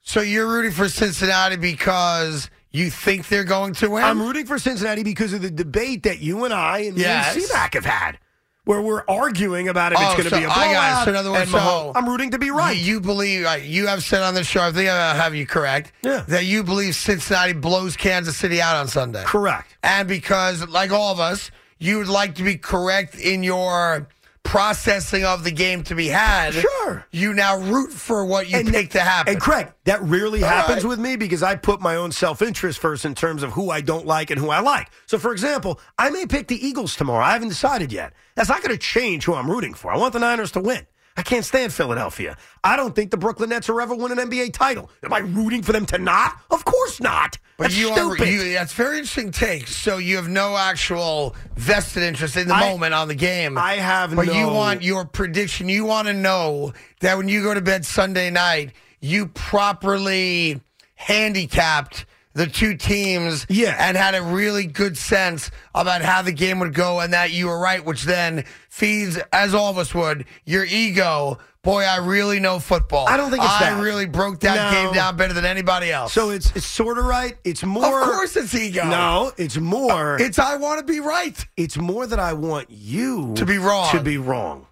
A: So you're rooting for Cincinnati because you think they're going to win?
B: I'm rooting for Cincinnati because of the debate that you and I and
A: Yes.
B: me and Seaback have had, where we're arguing about if
A: Oh,
B: it's going to
A: so
B: be a
A: I got it.
B: blowout.
A: So in other words,
B: and Mahomes-
A: so-
B: I'm rooting to be right.
A: You, you believe uh, you have said on the show. I think I have you correct.
B: Yeah.
A: That you believe Cincinnati blows Kansas City out on Sunday.
B: Correct.
A: And because, like all of us, you would like to be correct in your processing of the game to be had.
B: Sure.
A: You now root for what you pick to happen.
B: And Craig, that rarely
A: All
B: happens
A: right.
B: with me because I put my own self interest first in terms of who I don't like and who I like. So, for example, I may pick the Eagles tomorrow. I haven't decided yet. That's not going to change who I'm rooting for. I want the Niners to win. I can't stand Philadelphia. I don't think the Brooklyn Nets will ever win an NBA title. Am I rooting for them to not? Of course not.
A: But
B: That's
A: you
B: stupid.
A: are you, that's a very interesting take. So you have no actual vested interest in the
B: I-
A: moment on the game.
B: I have
A: But you
B: no-
A: want your prediction. You want to know that when you go to bed Sunday night, you properly handicapped the two teams
B: Yeah.
A: and had a really good sense about how the game would go and that you were right, which then feeds, as all of us would, your ego. Boy, I really know football.
B: I don't think it's
A: I
B: that.
A: really broke that
B: No.
A: game down better than anybody else.
B: so it's it's sort of right. It's more.
A: of course it's ego.
B: No, it's more.
A: It's I want to be right.
B: it's more that I want you
A: To be wrong.
B: To be wrong.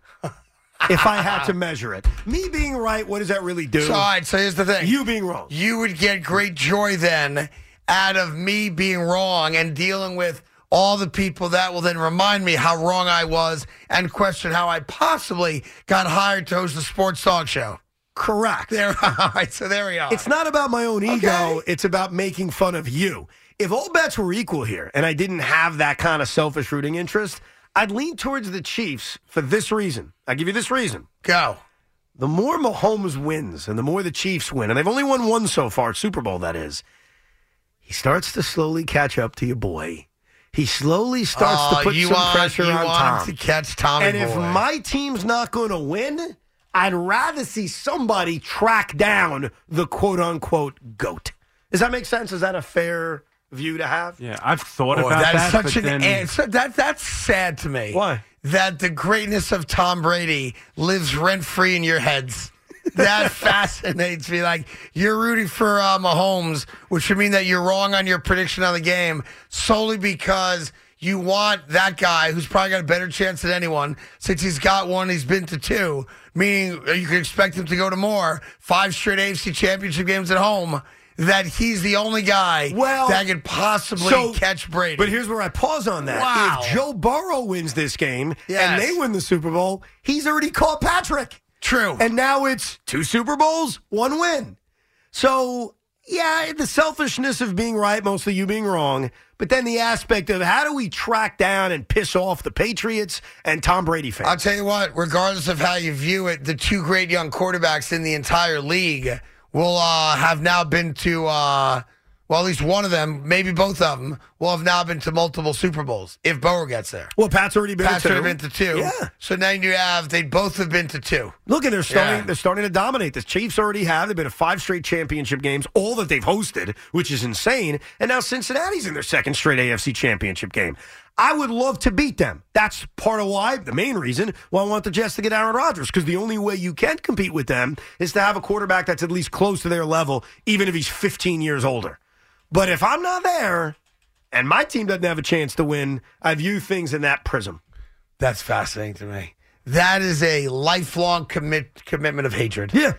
B: if I had to measure it, me being right, what does that really do?
A: So, all right, so here's the thing.
B: you being wrong.
A: You would get great joy then out of me being wrong and dealing with all the people that will then remind me how wrong I was and question how I possibly got hired to host a sports talk show.
B: Correct.
A: There, all right, so there we are.
B: It's not about my own ego.
A: Okay.
B: It's about making fun of you. If all bets were equal here, and I didn't have that kind of selfish rooting interest, I'd lean towards the Chiefs for this reason. I give you this reason.
A: Go.
B: the more Mahomes wins and the more the Chiefs win, and they've only won one so far, Super Bowl that is, he starts to slowly catch up to your boy. He slowly starts
A: Oh,
B: to put
A: you
B: some
A: want,
B: pressure
A: you
B: on
A: want
B: Tom.
A: to catch Tommy
B: and if
A: boy.
B: my team's not going to win, I'd rather see somebody track down the quote unquote goat. Does that make sense? Is that a fair view to have?
J: Yeah, I've thought
A: Oh,
J: about that.
A: that's
J: but
A: such an
J: then-
A: answer. That that's sad to me. Why? That the greatness of Tom Brady lives rent free in your heads. That fascinates me. Like you're rooting for uh, Mahomes, which would mean that you're wrong on your prediction on the game solely because you want that guy who's probably got a better chance than anyone since he's got one. He's been to two, meaning you can expect him to go to more five straight AFC Championship games at home. That he's the only guy that could possibly
B: so-
A: catch Brady.
B: But here's where I pause on that.
A: Wow.
B: If Joe Burrow wins this game
A: Yes.
B: and they win the Super Bowl, he's already called Patrick.
A: True.
B: And now it's two Super Bowls, one win. So, yeah, the selfishness of being right, mostly you being wrong, but then the aspect of how do we track down and piss off the Patriots and Tom Brady fans?
A: I'll tell you what, regardless of how you view it, the two great young quarterbacks in the entire league will uh, have now been to, uh, well, at least one of them, maybe both of them, will have now been to multiple Super Bowls if Bower gets there.
B: Well, Pat's already been
A: Pats
B: to two.
A: have been to two.
B: Yeah.
A: So now you have, they both have been to two.
B: Look, and they're starting.
A: Yeah.
B: They're starting to dominate. The Chiefs already have. They've been to five straight championship games, all that they've hosted, which is insane. And now Cincinnati's in their second straight AFC championship game. I would love to beat them. That's part of why, the main reason why I want the Jets to get Aaron Rodgers, because the only way you can compete with them is to have a quarterback that's at least close to their level, even if he's 15 years older. But if I'm not there, and my team doesn't have a chance to win, I view things in that prism.
A: That's fascinating to me. That is a lifelong commit commitment of hatred.
B: Yeah.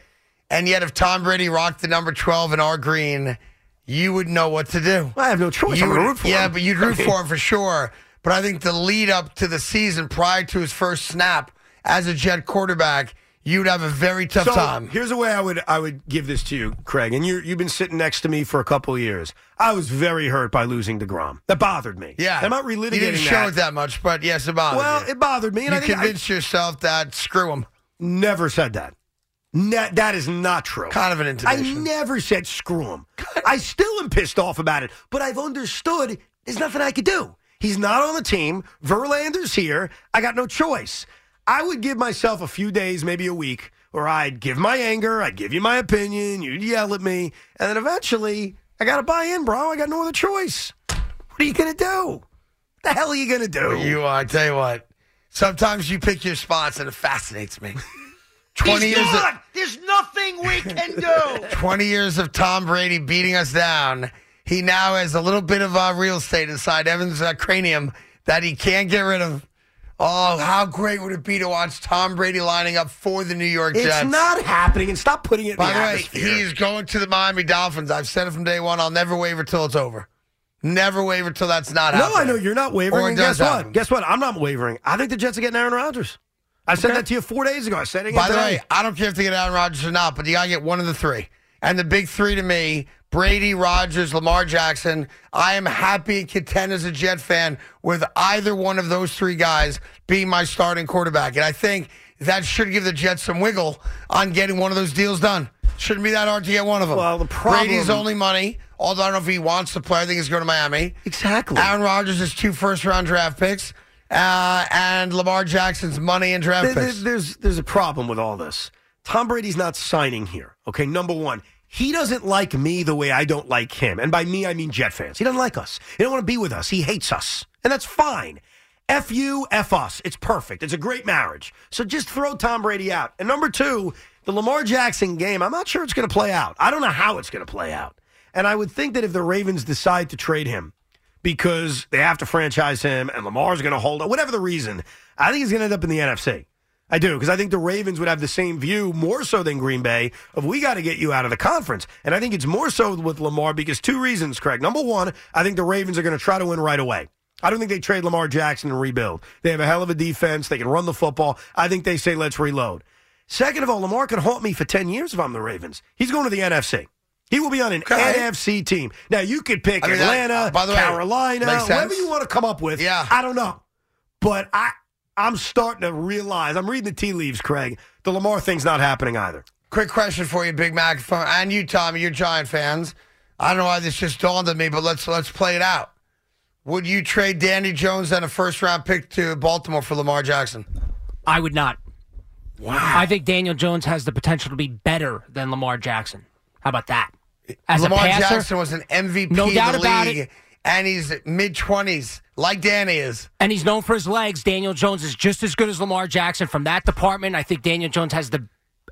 A: And yet, if Tom Brady rocked the number 12 in our green, you would know what to do.
B: I have no choice. I'm
A: would-
B: gonna root for
A: yeah,
B: him.
A: but you'd
B: I
A: root
B: mean-
A: for him for sure. But I think the lead up to the season prior to his first snap as a Jet quarterback, you'd have a very tough
B: So,
A: time.
B: Here's a way I would I would give this to you, Craig. And you you've been sitting next to me for a couple of years. I was very hurt by losing Degrom. That bothered me.
A: Yeah,
B: I'm not relitigating
A: You didn't show
B: that.
A: it that much, but yes, it bothered
B: Well,
A: you.
B: it bothered me, and
A: you
B: I think I-
A: convinced yourself that screw him.
B: Never said that. Ne- that is not true.
A: Kind of an
B: I
A: intimidation.
B: never said screw him. I still am pissed off about it, but I've understood there's nothing I could do. He's not on the team. Verlander's here. I got no choice. I would give myself a few days, maybe a week, or I'd give my anger, I'd give you my opinion, you'd yell at me, and then eventually I got to buy in, bro. I got no other choice. What are you going to do? What the hell are you going to do?
A: You are. I tell you what. Sometimes you pick your spots, and it fascinates me. Twenty
L: He's
A: years. of-
L: gone. There's nothing we can do.
A: 20 years of Tom Brady beating us down. He now has a little bit of uh, real estate inside Evan's uh, cranium that he can't get rid of. Oh, how great would it be to watch Tom Brady lining up for the New York
B: It's
A: Jets?
B: not happening, and stop putting it in
A: By
B: the,
A: the way,
B: atmosphere.
A: he is going to the Miami Dolphins. I've said it from day one. I'll never waver till it's over. Never waver till that's not
B: No,
A: happening.
B: I know you're not wavering.
A: Or it
B: And
A: does
B: guess what?
A: happen.
B: Guess what? I'm not wavering. I think the Jets are getting Aaron Rodgers. I said that to you four days ago. I said it again
A: By the
B: today.
A: way, I don't care if they get Aaron Rodgers or not, but you got to get one of the three. And the big three to me Brady, Rodgers, Lamar Jackson. I am happy and content as a Jet fan with either one of those three guys being my starting quarterback. And I think that should give the Jets some wiggle on getting one of those deals done. Shouldn't be that hard to get one of them.
B: Well, the problem-
A: Brady's only money, although I don't know if he wants to play. I think he's going to Miami.
B: Exactly.
A: Aaron Rodgers is two first round draft picks, uh, and Lamar Jackson's money and draft
B: There- there-
A: picks.
B: there's there's a problem with all this. Tom Brady's not signing here. Okay, number one, he doesn't like me the way I don't like him, and by me I mean Jet fans. He doesn't like us. He don't want to be with us. He hates us, and that's fine. F you, F us. It's perfect. It's a great marriage. So just throw Tom Brady out. And number two, the Lamar Jackson game. I'm not sure it's going to play out. I don't know how it's going to play out. And I would think that if the Ravens decide to trade him, because they have to franchise him and Lamar's going to hold up, whatever the reason. I think he's going to end up in the NFC. I do, because I think the Ravens would have the same view, more so than Green Bay, of we got to get you out of the conference. And I think it's more so with Lamar because two reasons, Craig. Number one, I think the Ravens are going to try to win right away. I don't think they trade Lamar Jackson and rebuild. They have a hell of a defense. They can run the football. I think they say, let's reload. Second of all, Lamar could haunt me for 10 years if I'm the Ravens. He's going to the NFC. He will be on an NFC team. Now, you could pick
A: I mean, that-
B: Atlanta,
A: by the way,
B: Carolina,
A: makes sense.
B: whatever you want to come up with.
A: Yeah.
B: I don't know. But I I'm starting to realize I'm reading the tea leaves, Craig. The Lamar thing's not happening either.
A: Quick question for you, Big Mac, for- and you, Tommy. You're Giant fans. I don't know why this just dawned on me, but let's let's play it out. Would you trade Danny Jones and a first round pick to Baltimore for Lamar Jackson?
C: I would not. Wow. I think Daniel Jones has the potential to be better than Lamar Jackson. How about that? As
A: Lamar
C: a passer,
A: Jackson was an MVP
C: No
A: of
C: doubt
A: the
C: about
A: league,
C: it.
A: and he's mid twenties, like Danny is.
C: and he's known for his legs. Daniel Jones is just as good as Lamar Jackson from that department. I think Daniel Jones has the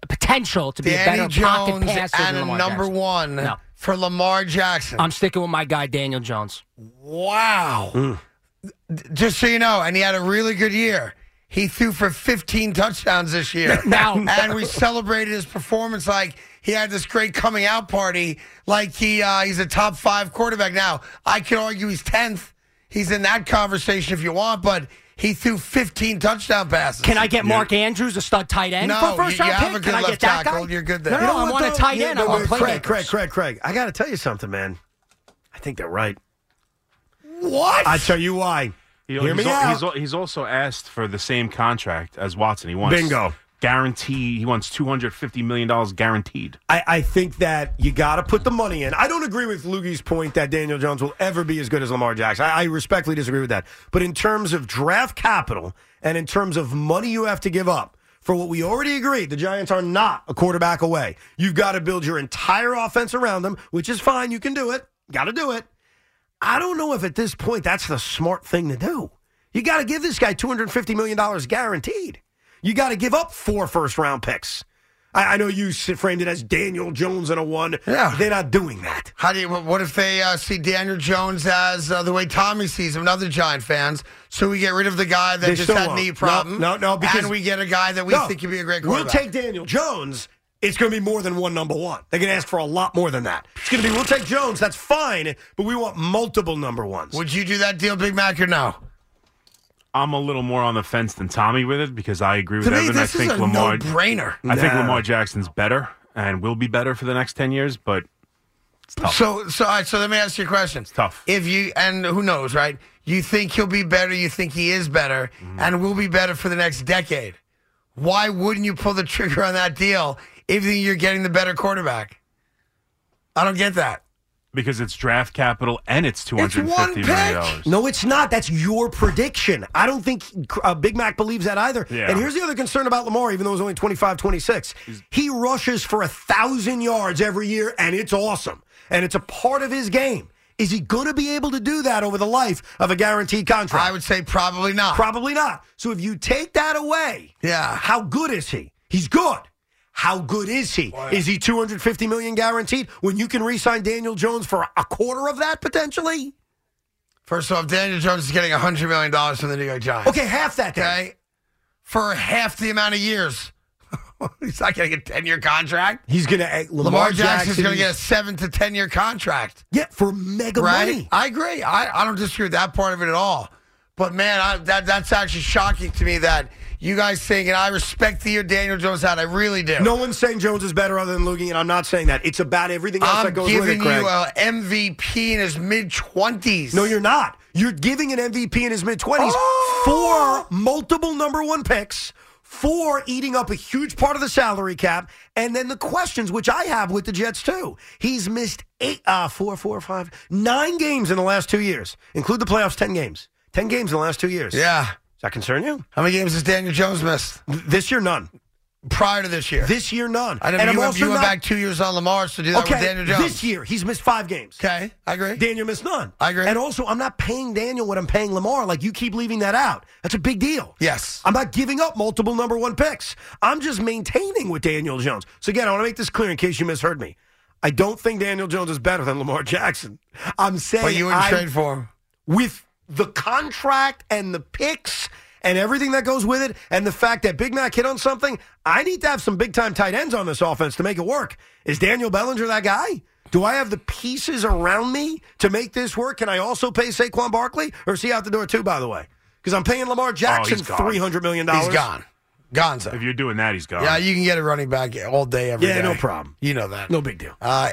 C: potential to be a
A: Danny
C: better pocket
A: Jones
C: passer
A: and
C: than
A: a
C: Lamar
A: number
C: Jackson.
A: one
C: No.
A: for Lamar Jackson.
C: I'm sticking with my guy Daniel Jones.
A: Wow. D- Just so you know, and he had a really good year. He threw for 15 touchdowns this year.
C: Now-
A: and we celebrated his performance like he had this great coming out party, like he uh, he's a top five quarterback. Now, I could argue he's 10th. He's in that conversation if you want, but he threw 15 touchdown passes.
C: Can I get Mark Andrews, a stud tight end,
A: No,
C: for a first
A: you, you
C: round pick?
A: have a good
C: Can I
A: left
C: get that
A: tackle.
C: guy?
A: You're good there.
C: No, no, no, I want a tight end. I want
B: Craig, Craig,
C: playmakers.
B: Craig, Craig, I got to tell you something, man. I think they're right.
A: What?
B: I tell you why.
J: He-
B: Hear me
J: he's, al-
B: out.
J: he's al- he's also asked for the same contract as Watson. He wants
B: Bingo.
J: guarantee. He wants two hundred fifty million dollars guaranteed.
B: I, I think that you got to put the money in. I don't agree with Lugie's point that Daniel Jones will ever be as good as Lamar Jackson. I, I respectfully disagree with that. But in terms of draft capital and in terms of money you have to give up for what we already agreed, the Giants are not a quarterback away. You've got to build your entire offense around them, which is fine. You can do it. Got to do it. I don't know if at this point that's the smart thing to do. You got to give this guy $250 million guaranteed. You got to give up four first round picks. I, I know you s- framed it as Daniel Jones and a one.
A: Yeah.
B: They're not doing that.
A: How do you? What if they uh, see Daniel Jones as uh, the way Tommy sees him, and other Giant fans? So we get rid of the guy that
B: They
A: just
B: still
A: had
B: won't.
A: knee problem.
B: No, no, no, because-
A: and we get a guy that we think could be a great
B: We'll
A: quarterback.
B: take Daniel Jones. It's going to be more than one number one. They're going to ask for a lot more than that. It's going to be, we'll take Jones. That's fine, but we want multiple number ones.
A: Would you do that deal, Big Mac, or no?
J: I'm a little more on the fence than Tommy with it because I agree with
A: To me,
J: Evan. I
A: this is
J: think
A: a
J: Lamar Mm-hmm.
A: no-brainer.
J: I think
A: Nah.
J: Lamar Jackson's better and will be better for the next ten years, but it's tough.
A: So, so, all right, so let me ask you a question.
J: tough.
A: If you and who knows, right? You think he'll be better. You think he is better,
J: Mm-hmm.
A: and will be better for the next decade. Why wouldn't you pull the trigger on that deal if you're getting the better quarterback? I don't get that.
J: because it's draft capital and it's two
A: It's
J: hundred
A: one
J: fifty million
A: pick.
J: dollars.
B: No, it's not. That's your prediction. I don't think uh, Big Mac believes that either.
J: Yeah.
B: And here's the other concern about Lamar, even though he's only 25, 26. He rushes for a 1,000 yards every year, and it's awesome. And it's a part of his game. Is he going to be able to do that over the life of a guaranteed contract?
A: I would say probably not.
B: Probably not. So if you take that away,
A: Yeah.
B: how good is he? He's good. How good is he? Is he 250 million guaranteed when you can re-sign Daniel Jones for a quarter of that potentially?
A: First off, Daniel Jones is getting $100 million from the New York Giants.
B: Okay, half that then.
A: Okay? For half the amount of years. He's not getting a 10 year contract.
B: He's going to Lamar,
A: Lamar, Jackson's
B: Jackson
A: going to get a
B: is-
A: 7 to 10 year contract.
B: yeah for mega
A: Right?
B: money.
A: I agree. I, I don't disagree with that part of it at all. But man, I, that that's actually shocking to me that you guys think, and I respect the year Daniel Jones had. I really do.
B: No one's saying Jones is better other than Lugie, and I'm not saying that. It's about everything else
A: I'm
B: that goes with it,
A: giving you
B: Craig.
A: a MVP in his mid 20s.
B: no, you're not. You're giving an MVP in his mid 20s
A: Oh!
B: for multiple number one picks, for eating up a huge part of the salary cap, and then the questions, which I have with the Jets too. He's missed eight, uh, four, four, five, nine games in the last two years. Include the playoffs, 10 games. 10 games in the last two years.
A: Yeah.
B: Does that concern you?
A: How many games has Daniel Jones missed
B: This year, none.
A: prior to this year?
B: This year, none.
A: I know
B: And
A: you,
B: I'm
A: went,
B: also
A: you went
B: not-
A: back two years on Lamar, so do that with Daniel Jones.
B: This year, he's missed five games.
A: Okay, I agree.
B: Daniel missed none.
A: I agree.
B: And also, I'm not paying Daniel what I'm paying Lamar. Like, you keep leaving that out. That's a big deal.
A: Yes.
B: I'm not giving up multiple number one picks. I'm just maintaining with Daniel Jones. So, again, I want to make this clear in case you misheard me. I don't think Daniel Jones is better than Lamar Jackson. I'm saying
A: But you wouldn't
B: I-
A: trade for him.
B: with the contract and the picks and everything that goes with it, and the fact that Big Mac hit on something, I need to have some big time tight ends on this offense to make it work. Is Daniel Bellinger that guy? Do I have the pieces around me to make this work? Can I also pay Saquon Barkley, or is he out the door too? By the way, because I'm paying Lamar Jackson
J: Oh, he's gone.
B: three hundred million dollars.
A: He's gone. Gonzo.
J: If you're doing that, he's gone.
A: yeah, you can get a running back all day, every day.
B: Yeah, no problem.
A: You know that.
B: No big deal.
A: Uh,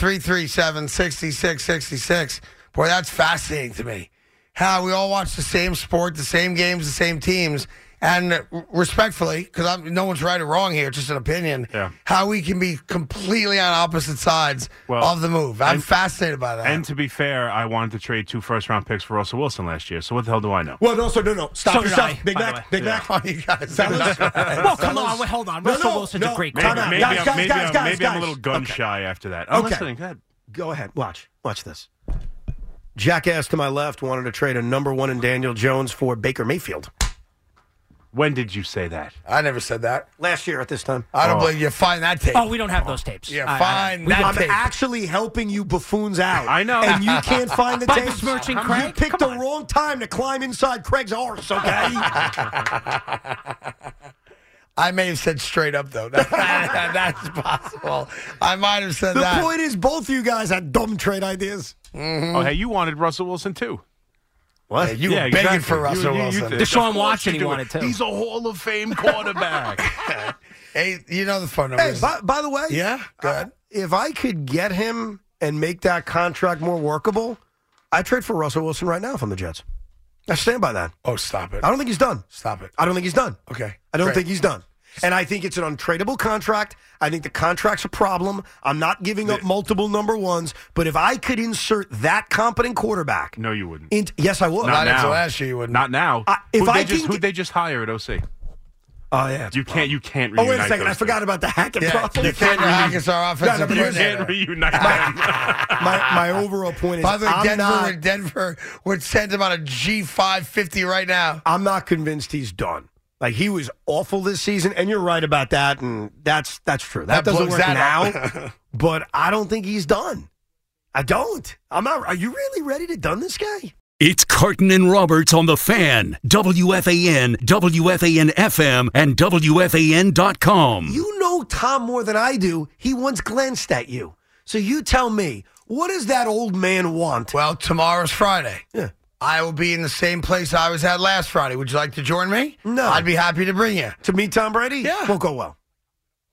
A: 877-337-6666. Boy, that's fascinating to me. How we all watch the same sport, the same games, the same teams, and respectfully, because no one's right or wrong here, it's just an opinion, how we can be completely on opposite sides
J: Well,
A: of the move. I'm
J: and-
A: fascinated by that.
J: And to be fair, I wanted to trade two first round picks for Russell Wilson last year. So what the hell do I know?
B: Well, no, so no, no. Stop
J: So did
B: yourself.
J: I,
B: Big
J: by
B: Mac.
J: the way.
B: Big
J: Yeah.
B: Mac.
A: Oh, you guys.
B: Fellas.
C: Well, come
B: Fellas.
C: on, wait, hold on.
B: No,
C: Russell
B: no,
C: Wilson's a
B: no.
C: great
J: Maybe,
B: Time out.
J: maybe,
B: Guys,
J: I'm,
B: guys,
J: maybe,
B: guys,
J: I'm,
B: guys,
J: maybe I'm a
B: guys.
J: little gun
B: Okay.
J: shy after that. I'm
B: Okay.
J: listening. Go ahead.
B: Go ahead. Watch. Watch this. Jackass to my left wanted to trade a number one and Daniel Jones for Baker Mayfield.
J: When did you say that?
A: I never said that.
B: Last year at this time.
A: I don't believe you. Find that tape.
C: Oh, we don't have those tapes.
A: Yeah,
C: I- I-
A: find
C: we-
A: that
B: I'm
A: tape.
B: actually helping you buffoons out.
J: I know.
B: And you can't find the
C: By
B: tape.
C: besmirching
B: You
C: Craig?
B: picked the wrong time to climb inside Craig's arse, okay?
A: I may have said straight up though. That- that- that's possible. I might have said
B: the
A: that.
B: point is, both of you guys had dumb trade ideas.
J: Oh, hey, you wanted Russell Wilson too.
B: What?
A: Yeah, Mm. you were begging for Russell Wilson.
C: Deshaun
J: did. Of course
C: Watson
J: you
C: he
J: do.
C: wanted, too.
J: He's a Hall of Fame quarterback.
A: Hey, you know the phone number.
B: Hey,
A: is-
B: by, by the way, uh,
A: yeah, go ahead.
B: if I could get him and make that contract more workable, I trade for Russell Wilson right now from the Jets. I stand by that.
A: Oh, stop it.
B: I don't think he's done.
A: Stop it.
B: I don't think he's done.
A: Okay.
B: I don't
A: Great.
B: think he's done. And I think it's an untradeable contract. I think the contract's a problem. I'm not giving up multiple number ones, but if I could insert that competent quarterback,
J: no, you wouldn't.
B: in, yes, I would.
A: Not
J: now.
A: until last year you wouldn't.
J: Not now.
B: I- if
J: who'd
B: I
J: they just,
B: can
J: who'd they just hire at OC?
B: Oh yeah.
J: You can't. You can't.
B: Oh wait a
J: reunite
B: second! I
J: those
B: forgot
J: two.
B: about the hacking
A: Yeah,
B: problem.
A: you can't hack our offensive
B: No, no,
J: You
B: but
A: coordinator.
J: can't reunite them.
B: my, my overall point is,
A: By the way,
B: I'm
A: Denver,
B: not,
A: would Denver would send him on a G five fifty right now.
B: I'm not convinced he's done. Like he was awful this season, and you're right about that, and that's that's true. That,
A: That
B: doesn't
A: blows
B: work
A: that up.
B: now, but I don't think he's done. I don't. I'm not. Are you really ready to done this guy?
I: It's Carton and Roberts on the fan, WFAN, WFAN FM, and WFAN.com.
B: You know Tom more than I do. He once glanced at you. So you tell me, what does that old man want?
A: Well, tomorrow's Friday.
B: Yeah.
A: I will be in the same place I was at last Friday. Would you like to join me?
B: No.
A: I'd be happy to bring you.
B: To me, Tom Brady,
A: Yeah.
B: won't go well.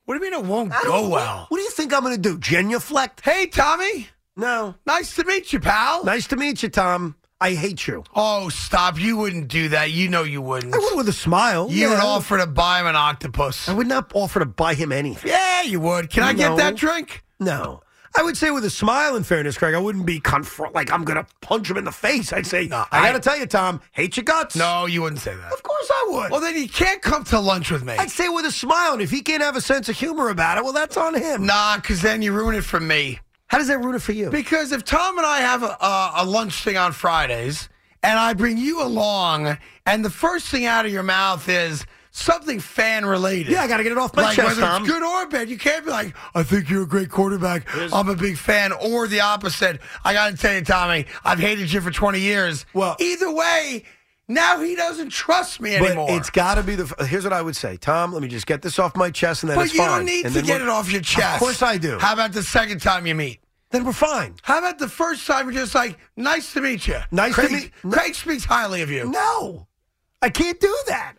A: What do you mean it won't
B: I don't-
A: go well?
B: What do you think I'm going to do? Genuflect?
A: Hey, Tommy.
B: No.
A: Nice to meet you, pal.
B: Nice to meet you, Tom. I hate you.
A: Oh, stop. You wouldn't do that. You know you wouldn't.
B: I went with a smile.
A: You would
B: yeah.
A: offer to buy him an octopus.
B: I would not offer to buy him anything.
A: Yeah, you would. Can I
B: No.
A: get that drink?
B: No. I would say with a smile, in fairness, Craig, I wouldn't be confront like I'm going to punch him in the face. I'd say,
A: No,
B: I,
A: I-
B: got to tell you, Tom, hate your guts.
A: No, you wouldn't say that.
B: Of course I would.
A: Well, then you can't come to lunch with me.
B: I'd say with a smile, and if he can't have a sense of humor about it, well, that's on him.
A: Nah, because then you ruin it for me.
B: How does that ruin it for you?
A: Because if Tom and I have a, a, a lunch thing on Fridays, and I bring you along, and the first thing out of your mouth is something fan related.
B: Yeah, I gotta get it off my
A: like,
B: chest,
A: Whether
B: Tom.
A: it's good or bad, you can't be like, "I think you're a great quarterback. I'm a big fan," or the opposite. I gotta tell you, Tommy, I've hated you for 20 years.
B: Well-
A: either way, now he doesn't trust me anymore.
B: But it's got to be the. Here's what I would say, Tom. Let me just get this off my chest, and then
A: But
B: it's
A: you
B: fine.
A: don't need
B: And
A: to
B: then
A: get
B: we're-
A: it off your chest.
B: Of course I do.
A: How about the second time you meet?
B: then we're fine.
A: How about the first time you're just like, nice to meet you?
B: Nice to
A: Craig,
B: meet-
A: Craig speaks highly of you.
B: No, I can't do that.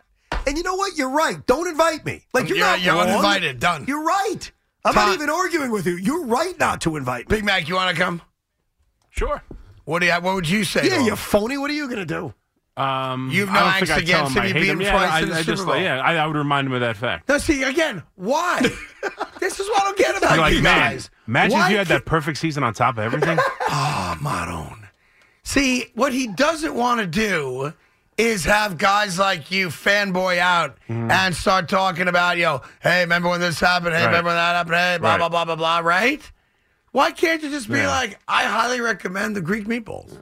B: And you know what? You're right. Don't invite me. Like you're
A: You're-
B: not
A: you're
B: wrong.
A: uninvited. Done.
B: You're right. I'm
A: Tom-
B: not even arguing with you. You're right not to invite me.
A: Big Mac, you want to come?
J: Sure.
A: What do you? What would you say? to
B: Yeah,
A: him?
B: you phony. What are you going to do?
J: Um,
A: You have
J: I
A: no
J: don't
A: angst
J: think I'd tell
A: against
J: him
A: him.
J: I
A: You
J: hate
A: beat him
J: Yeah,
A: twice
J: I,
A: in the
J: I
A: Super
J: just,
A: Bowl.
J: Yeah, I, I would remind him of that fact.
A: Now, see again. Why? this is what I don't get about
J: You're like,
A: you
J: man,
A: guys.
J: imagine
A: Why
J: if you had
A: can't-
J: that perfect season on top of everything.
A: I'm not on. See, what he doesn't want to do is have guys like you fanboy out
J: Mm-hmm.
A: and start talking about, yo, hey, remember when this happened? Hey,
J: Right.
A: remember when that happened? Hey, blah,
J: Right.
A: blah, blah, blah, blah, right? Why can't you just be
J: Yeah.
A: like, I highly recommend the Greek meatballs?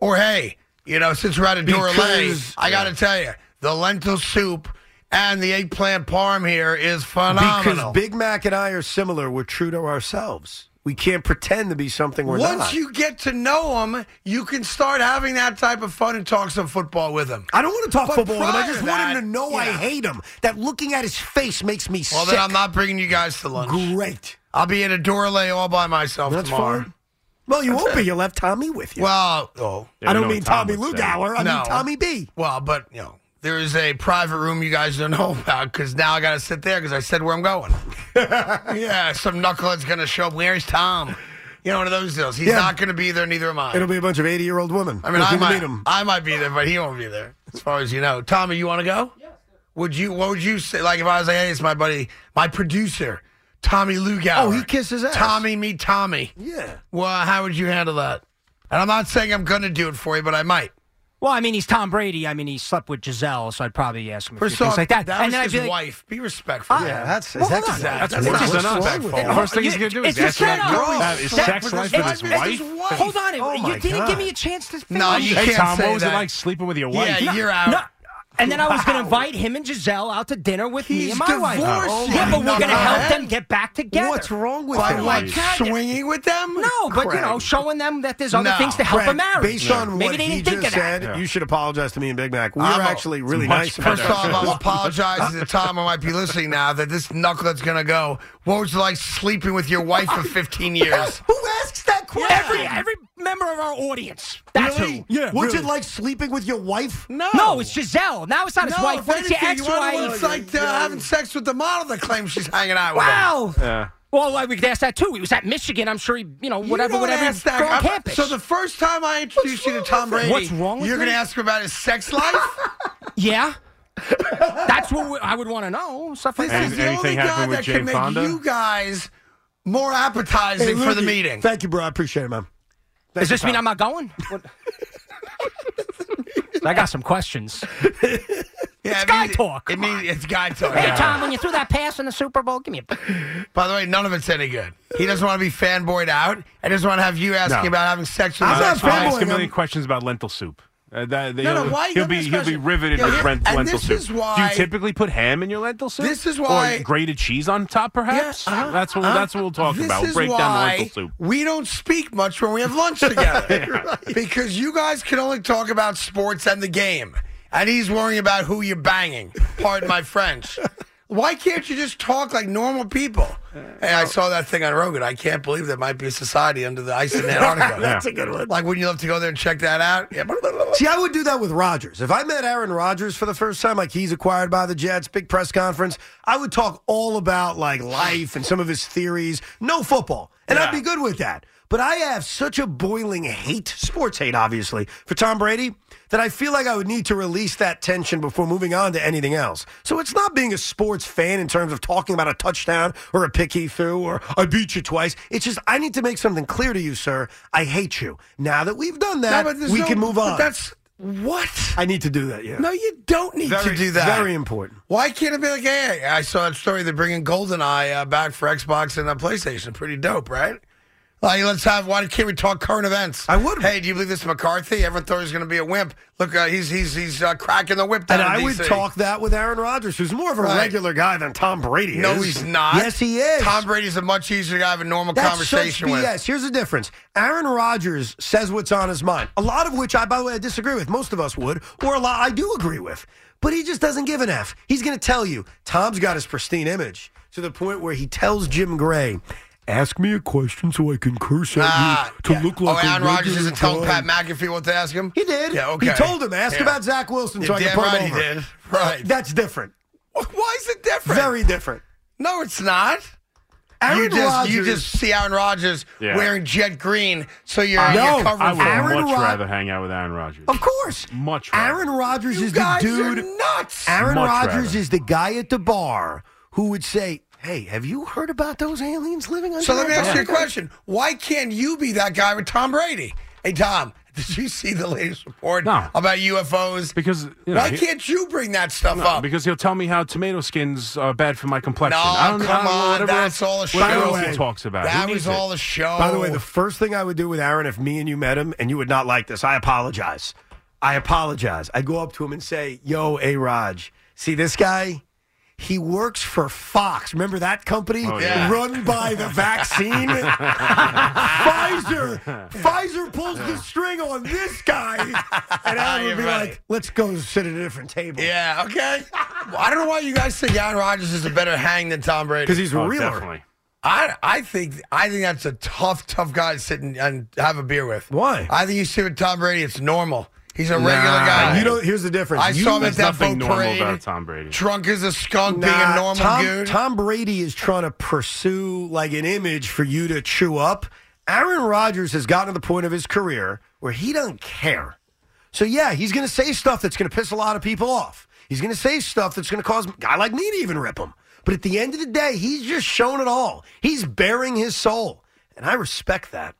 A: Or, hey, you know, since we're out of Duralay,
B: Because-
A: I got to tell you, the lentil soup and the eggplant parm here is phenomenal.
B: Because Big Mac and I are similar. We're true to ourselves. We can't pretend to be something we're
A: Once
B: not.
A: you get to know him, you can start having that type of fun and talk some football with him.
B: I don't want to talk
A: But
B: football with him. I
A: prior
B: just
A: to
B: want
A: that,
B: him to know I
A: yeah.
B: hate him. That looking at his face makes me
A: Well,
B: sick.
A: then I'm not bringing you guys to lunch.
B: Great.
A: I'll be in a Dorley all by myself
B: That's
A: tomorrow.
B: fine. Well, you won't be. You'll have Tommy with you.
A: Well, oh,
J: Yeah,
B: I
J: we
B: don't
J: know
B: mean
J: what Tom
B: Tommy
J: would say.
B: Lugauer. I
A: No.
B: mean Tommy B.
A: well, but you know, there is a private room you guys don't know about because now I got to sit there because I said where I'm going. yeah, some knucklehead's gonna show up. Where's Tom? You know, one of those deals. He's
B: Yeah.
A: not gonna be there. Neither am I.
B: It'll be a bunch of 80 year old women.
A: I mean, I
B: looking to
A: might,
B: meet him.
A: I might be there, but he won't be there. As far as you know, Tommy, you want to go? Yes. Would you? What would you say? Like if I was like, hey, it's my buddy, my producer, Tommy Lugauer.
B: Oh, he kissed his ass.
A: Tommy, meet Tommy.
B: Yeah.
A: Well, how would you handle that? And I'm not saying I'm gonna do it for you, but I might.
C: Well, I mean, he's Tom Brady. I mean, he slept with Giselle, so I'd probably ask him a few
A: First off,
C: things like that.
A: That
C: and
A: was
C: then I'd
A: his
C: be like,
A: wife. Be respectful.
C: Yeah, that's- Well,
B: that's- hold on. that's-
A: It's
B: that's
A: just
B: not
A: respectful.
B: wrong with it. First thing he's
C: You-
B: gonna do
C: it's
B: is
C: just
B: ask
C: not
B: that girl
C: wrong.
B: out. Is
C: That-
B: sex
C: it's-
B: life with
C: it's-
B: his
C: it's
B: wife?
C: Hold on,
B: Oh my
C: you didn't
B: God.
C: give me a chance to. Finish.
A: No, you
J: hey,
A: can't
J: Tom,
A: say
J: what was
A: that.
J: it like sleeping with your wife?
A: Yeah, you're out.
C: No. And then I was going
A: Wow.
C: to invite him and Giselle out to dinner with me
A: He's
C: and my wife.
A: divorcing.
C: yeah, but we're going to help
A: Nuthead.
C: them get back together.
B: What's wrong with
A: By
B: him?
A: like
C: God.
A: swinging with them?
C: No, but you
B: Craig.
C: know, showing them that there's other
A: No,
C: things to help
B: Craig,
C: a marriage.
B: Based on
C: Maybe
B: what
C: they
B: he
C: didn't think
B: just
C: of that.
B: said, you should apologize to me and Big Mac. We
A: I'm
B: were
A: a-
B: actually really
J: much
B: nice about
A: First
J: better.
B: that.
A: off, I'm apologizing to Tom who might be listening now that this knucklehead's gonna go. What was it like sleeping with your wife for 15 years?
B: Who asks that question?
C: Every every member of our audience. That's
B: Really?
C: who.
B: What's it like sleeping with your wife? No.
C: No, it's Giselle. Now it's not his wife. What is your
A: It's
C: ex-wife?
A: like uh, having sex with the model that claims she's hanging out with. him.
C: wow.
J: Yeah.
C: Well, like, we could ask that too. He was at Michigan. I'm sure he, you know,
A: You
C: whatever,
A: don't
C: whatever.
A: ask that-
C: girl
A: I'm-
C: campus.
A: So the first time I introduced you to Tom Brady,
C: What's wrong with
A: You're going to
C: that?
A: ask him about his sex life.
C: yeah. That's what we, I would want to know. Stuff like
A: this
C: that.
A: is the
J: anything
A: only
J: happen
A: guy
J: with
A: that
J: Jane
A: can make
J: Fonda?
A: you guys more appetizing for the meeting.
B: Thank you, bro. I appreciate it, man.
C: Does this mean I'm not going? What- I got some questions.
A: Yeah,
C: guy
A: means-
C: talk.
A: It means it's guy talk.
C: Hey, Tom, when you threw that pass in the Super Bowl, give me a.
A: By the way, none of it's any good. He doesn't want to be fanboyed out. and doesn't want to have you asking
J: No.
A: about having sex with
B: I'm
A: his
B: not
J: I'll
A: ex-wife.
J: ask him a
B: fanboying
J: million
B: him.
J: questions about lentil soup. Uh, that,
A: No, no,
J: he'll-
A: why-
J: He'll
A: let
J: be
A: me ask
J: he'll be
A: you.
J: riveted
A: Yo,
J: with
A: here-
J: Brent
A: and
J: lentil
A: this
J: soup.
A: is
J: Do
A: why-
J: you typically put ham in your lentil soup?
A: This is why-
J: or grated cheese on top, perhaps.
A: Yeah, uh-huh,
J: that's what
A: uh-huh.
J: that's what we'll talk
A: this
J: about. We'll
A: is
J: break
A: why
J: down the lentil soup.
A: We don't speak much when we have lunch together because you guys can only talk about sports and the game, and he's worrying about who you're banging. Pardon my French. Why can't you just talk like normal people? Hey, I saw that thing on Rogan. I can't believe there might be a society under the ice in Antarctica.
B: That's a good one.
A: Like, wouldn't you love to go there and check that out? Yeah.
B: See, I would do that with Rodgers. If I met Aaron Rodgers for the first time, like he's acquired by the Jets, big press conference, I would talk all about like life and some of his theories. No football. And I'd be good with that. But I have such a boiling hate, sports hate, obviously, for Tom Brady that I feel like I would need to release that tension before moving on to anything else. So it's not being a sports fan in terms of talking about a touchdown or a pick he threw or I beat you twice. It's just I need to make something clear to you, sir. I hate you. Now that we've done that,
A: No, but there's
B: we
A: no-
B: can move
A: but
B: on.
A: that's what.
B: I need to do that. Yeah.
A: No, you don't need
B: Very-
A: to do that.
B: very important.
A: Why can't it be like, hey, I saw a story they're bringing GoldenEye uh, back for Xbox and uh, PlayStation. Pretty dope, right? Like, let's have. Why can't we talk current events?
B: I would.
A: Hey, do you believe this McCarthy? Everyone thought he's going to be a wimp. Look, uh, he's he's he's uh, cracking the whip. Down
B: and
A: in
B: I would
A: DC.
B: talk that with Aaron Rodgers, who's more of a
A: Right.
B: regular guy than Tom Brady is.
A: No, he's not.
B: Yes, he is.
A: Tom Brady's a much easier guy to have a normal
B: That's
A: conversation
B: such
A: with.
B: BS. Here's the difference. Aaron Rodgers says what's on his mind. A lot of which I, by the way, I disagree with. Most of us would, or a lot I do agree with. But he just doesn't give an F. He's going to tell you. Tom's got his pristine image to the point where he tells Jim Gray, "Ask me a question so I can curse at
A: Ah,
B: you to
A: yeah.
B: look like
A: oh,
B: a
A: Aaron Rodgers
B: regular
A: isn't telling
B: guy."
A: Pat McAfee what to ask him.
B: He did.
A: Yeah, okay.
B: He told him, ask
A: Yeah.
B: about Zach Wilson so
A: You're
B: I can
A: damn
B: put
A: right
B: him over. Uh,
A: he did. Right.
B: That's different.
A: Why is it different?
B: Very different.
A: No, it's not.
B: Aaron
A: you just you
B: Rodgers-
A: just see Aaron Rodgers
J: Yeah.
A: wearing jet green, so you're,
B: I
A: you're
B: know.
A: covered.
J: I would
A: for him.
B: Aaron
J: much
B: Rod-
J: rather hang out with Aaron Rodgers.
B: Of course.
J: Much rather.
B: Aaron Rodgers
A: You
B: is the
A: guys
B: dude.
A: are nuts.
B: Aaron
J: Much
B: Rodgers
J: rather.
B: is the guy at the bar who would say, "Hey, have you heard about those aliens living under?"
A: So let me
B: our
A: ask you a
B: bed?"
A: question: Why can't you be that guy with Tom Brady? Hey, Tom, did you see the latest report
J: No.
A: about UFOs?
J: Because, you know,
A: why
J: he-
A: can't you bring that stuff
J: No,
A: up?
J: because he'll tell me how tomato skins are bad for my complexion.
A: no,
J: I don't, I
A: come
J: don't know,
A: on,
J: whatever
A: that's
J: else-
A: all a show.
J: whatever else
B: By the
J: he
B: way,
J: talks about.
A: That
J: Who
A: was
J: needs
A: all
J: it?
A: a show.
B: By the way, the first thing I would do with Aaron if me and you met him, and you would not like this, I apologize. I apologize. I'd go up to him and say, Yo, A Raj, see this guy? He works for Fox. Remember that company?
A: Oh,
J: yeah.
B: Run by the vaccine? Pfizer. Pfizer pulls the string on this guy. And I would
A: You're
B: be
A: right.
B: like, let's go sit at a different table.
A: yeah, okay. Well, I don't know why you guys think Aaron Rodgers is a better hang than Tom Brady.
B: Because he's a
J: Oh,
B: real.
J: definitely.
A: I I think I think that's a tough tough guy to sit and, and have a beer with.
B: Why?
A: I think you sit with Tom Brady. It's normal. He's a regular guy.
B: Uh, You don't, here's the difference.
A: I
B: You-
A: saw him at
J: There's
A: that
J: nothing
A: boat
J: normal
A: parade.
J: about Tom Brady.
A: Drunk as a skunk, being
B: Nah,
A: a normal
B: Tom,
A: dude.
B: Tom Brady is trying to pursue like an image for you to chew up. Aaron Rodgers has gotten to the point of his career where he doesn't care. So yeah, he's going to say stuff that's going to piss a lot of people off. He's going to say stuff that's going to cause a guy like me to even rip him. But at the end of the day, he's just shown it all. He's bearing his soul, and I respect that.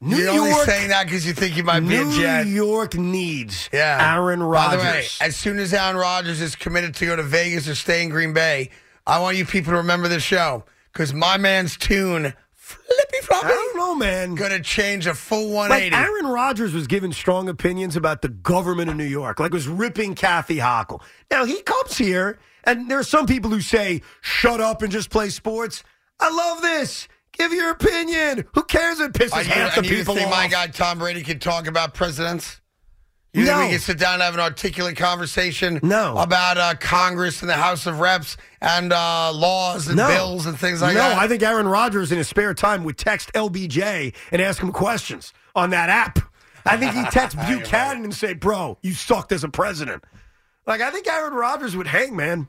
B: New
A: You're only
B: York-
A: saying that because you think you might be a
B: New
A: Jet.
B: York needs
A: yeah.
B: Aaron
A: By the way,
B: Rodgers.
A: as soon as Aaron Rodgers is committed to go to Vegas or stay in Green Bay, I want you people to remember this show because my man's tune, Flippy Floppy, I don't
B: know, man,
A: going to change a full
B: Like
A: 180.
B: Aaron Rodgers was giving strong opinions about the government of New York, like was ripping Kathy Hochul. Now he comes here, and there are some people who say, "Shut up and just play sports." I love this. Give your opinion. Who cares? It pisses
A: I you,
B: half the
A: and you
B: people
A: think
B: off.
A: my guy Tom Brady can talk about presidents? You
B: No.
A: think we can sit down and have an articulate conversation?
B: No.
A: About uh, Congress and the House of Reps and uh, laws and bills and things like
B: no,
A: that?
B: I think Aaron Rodgers in his spare time would text LBJ and ask him questions on that app. I think he texts Buchanan and say, "Bro, you sucked as a president." Like I think Aaron Rodgers would hang, man.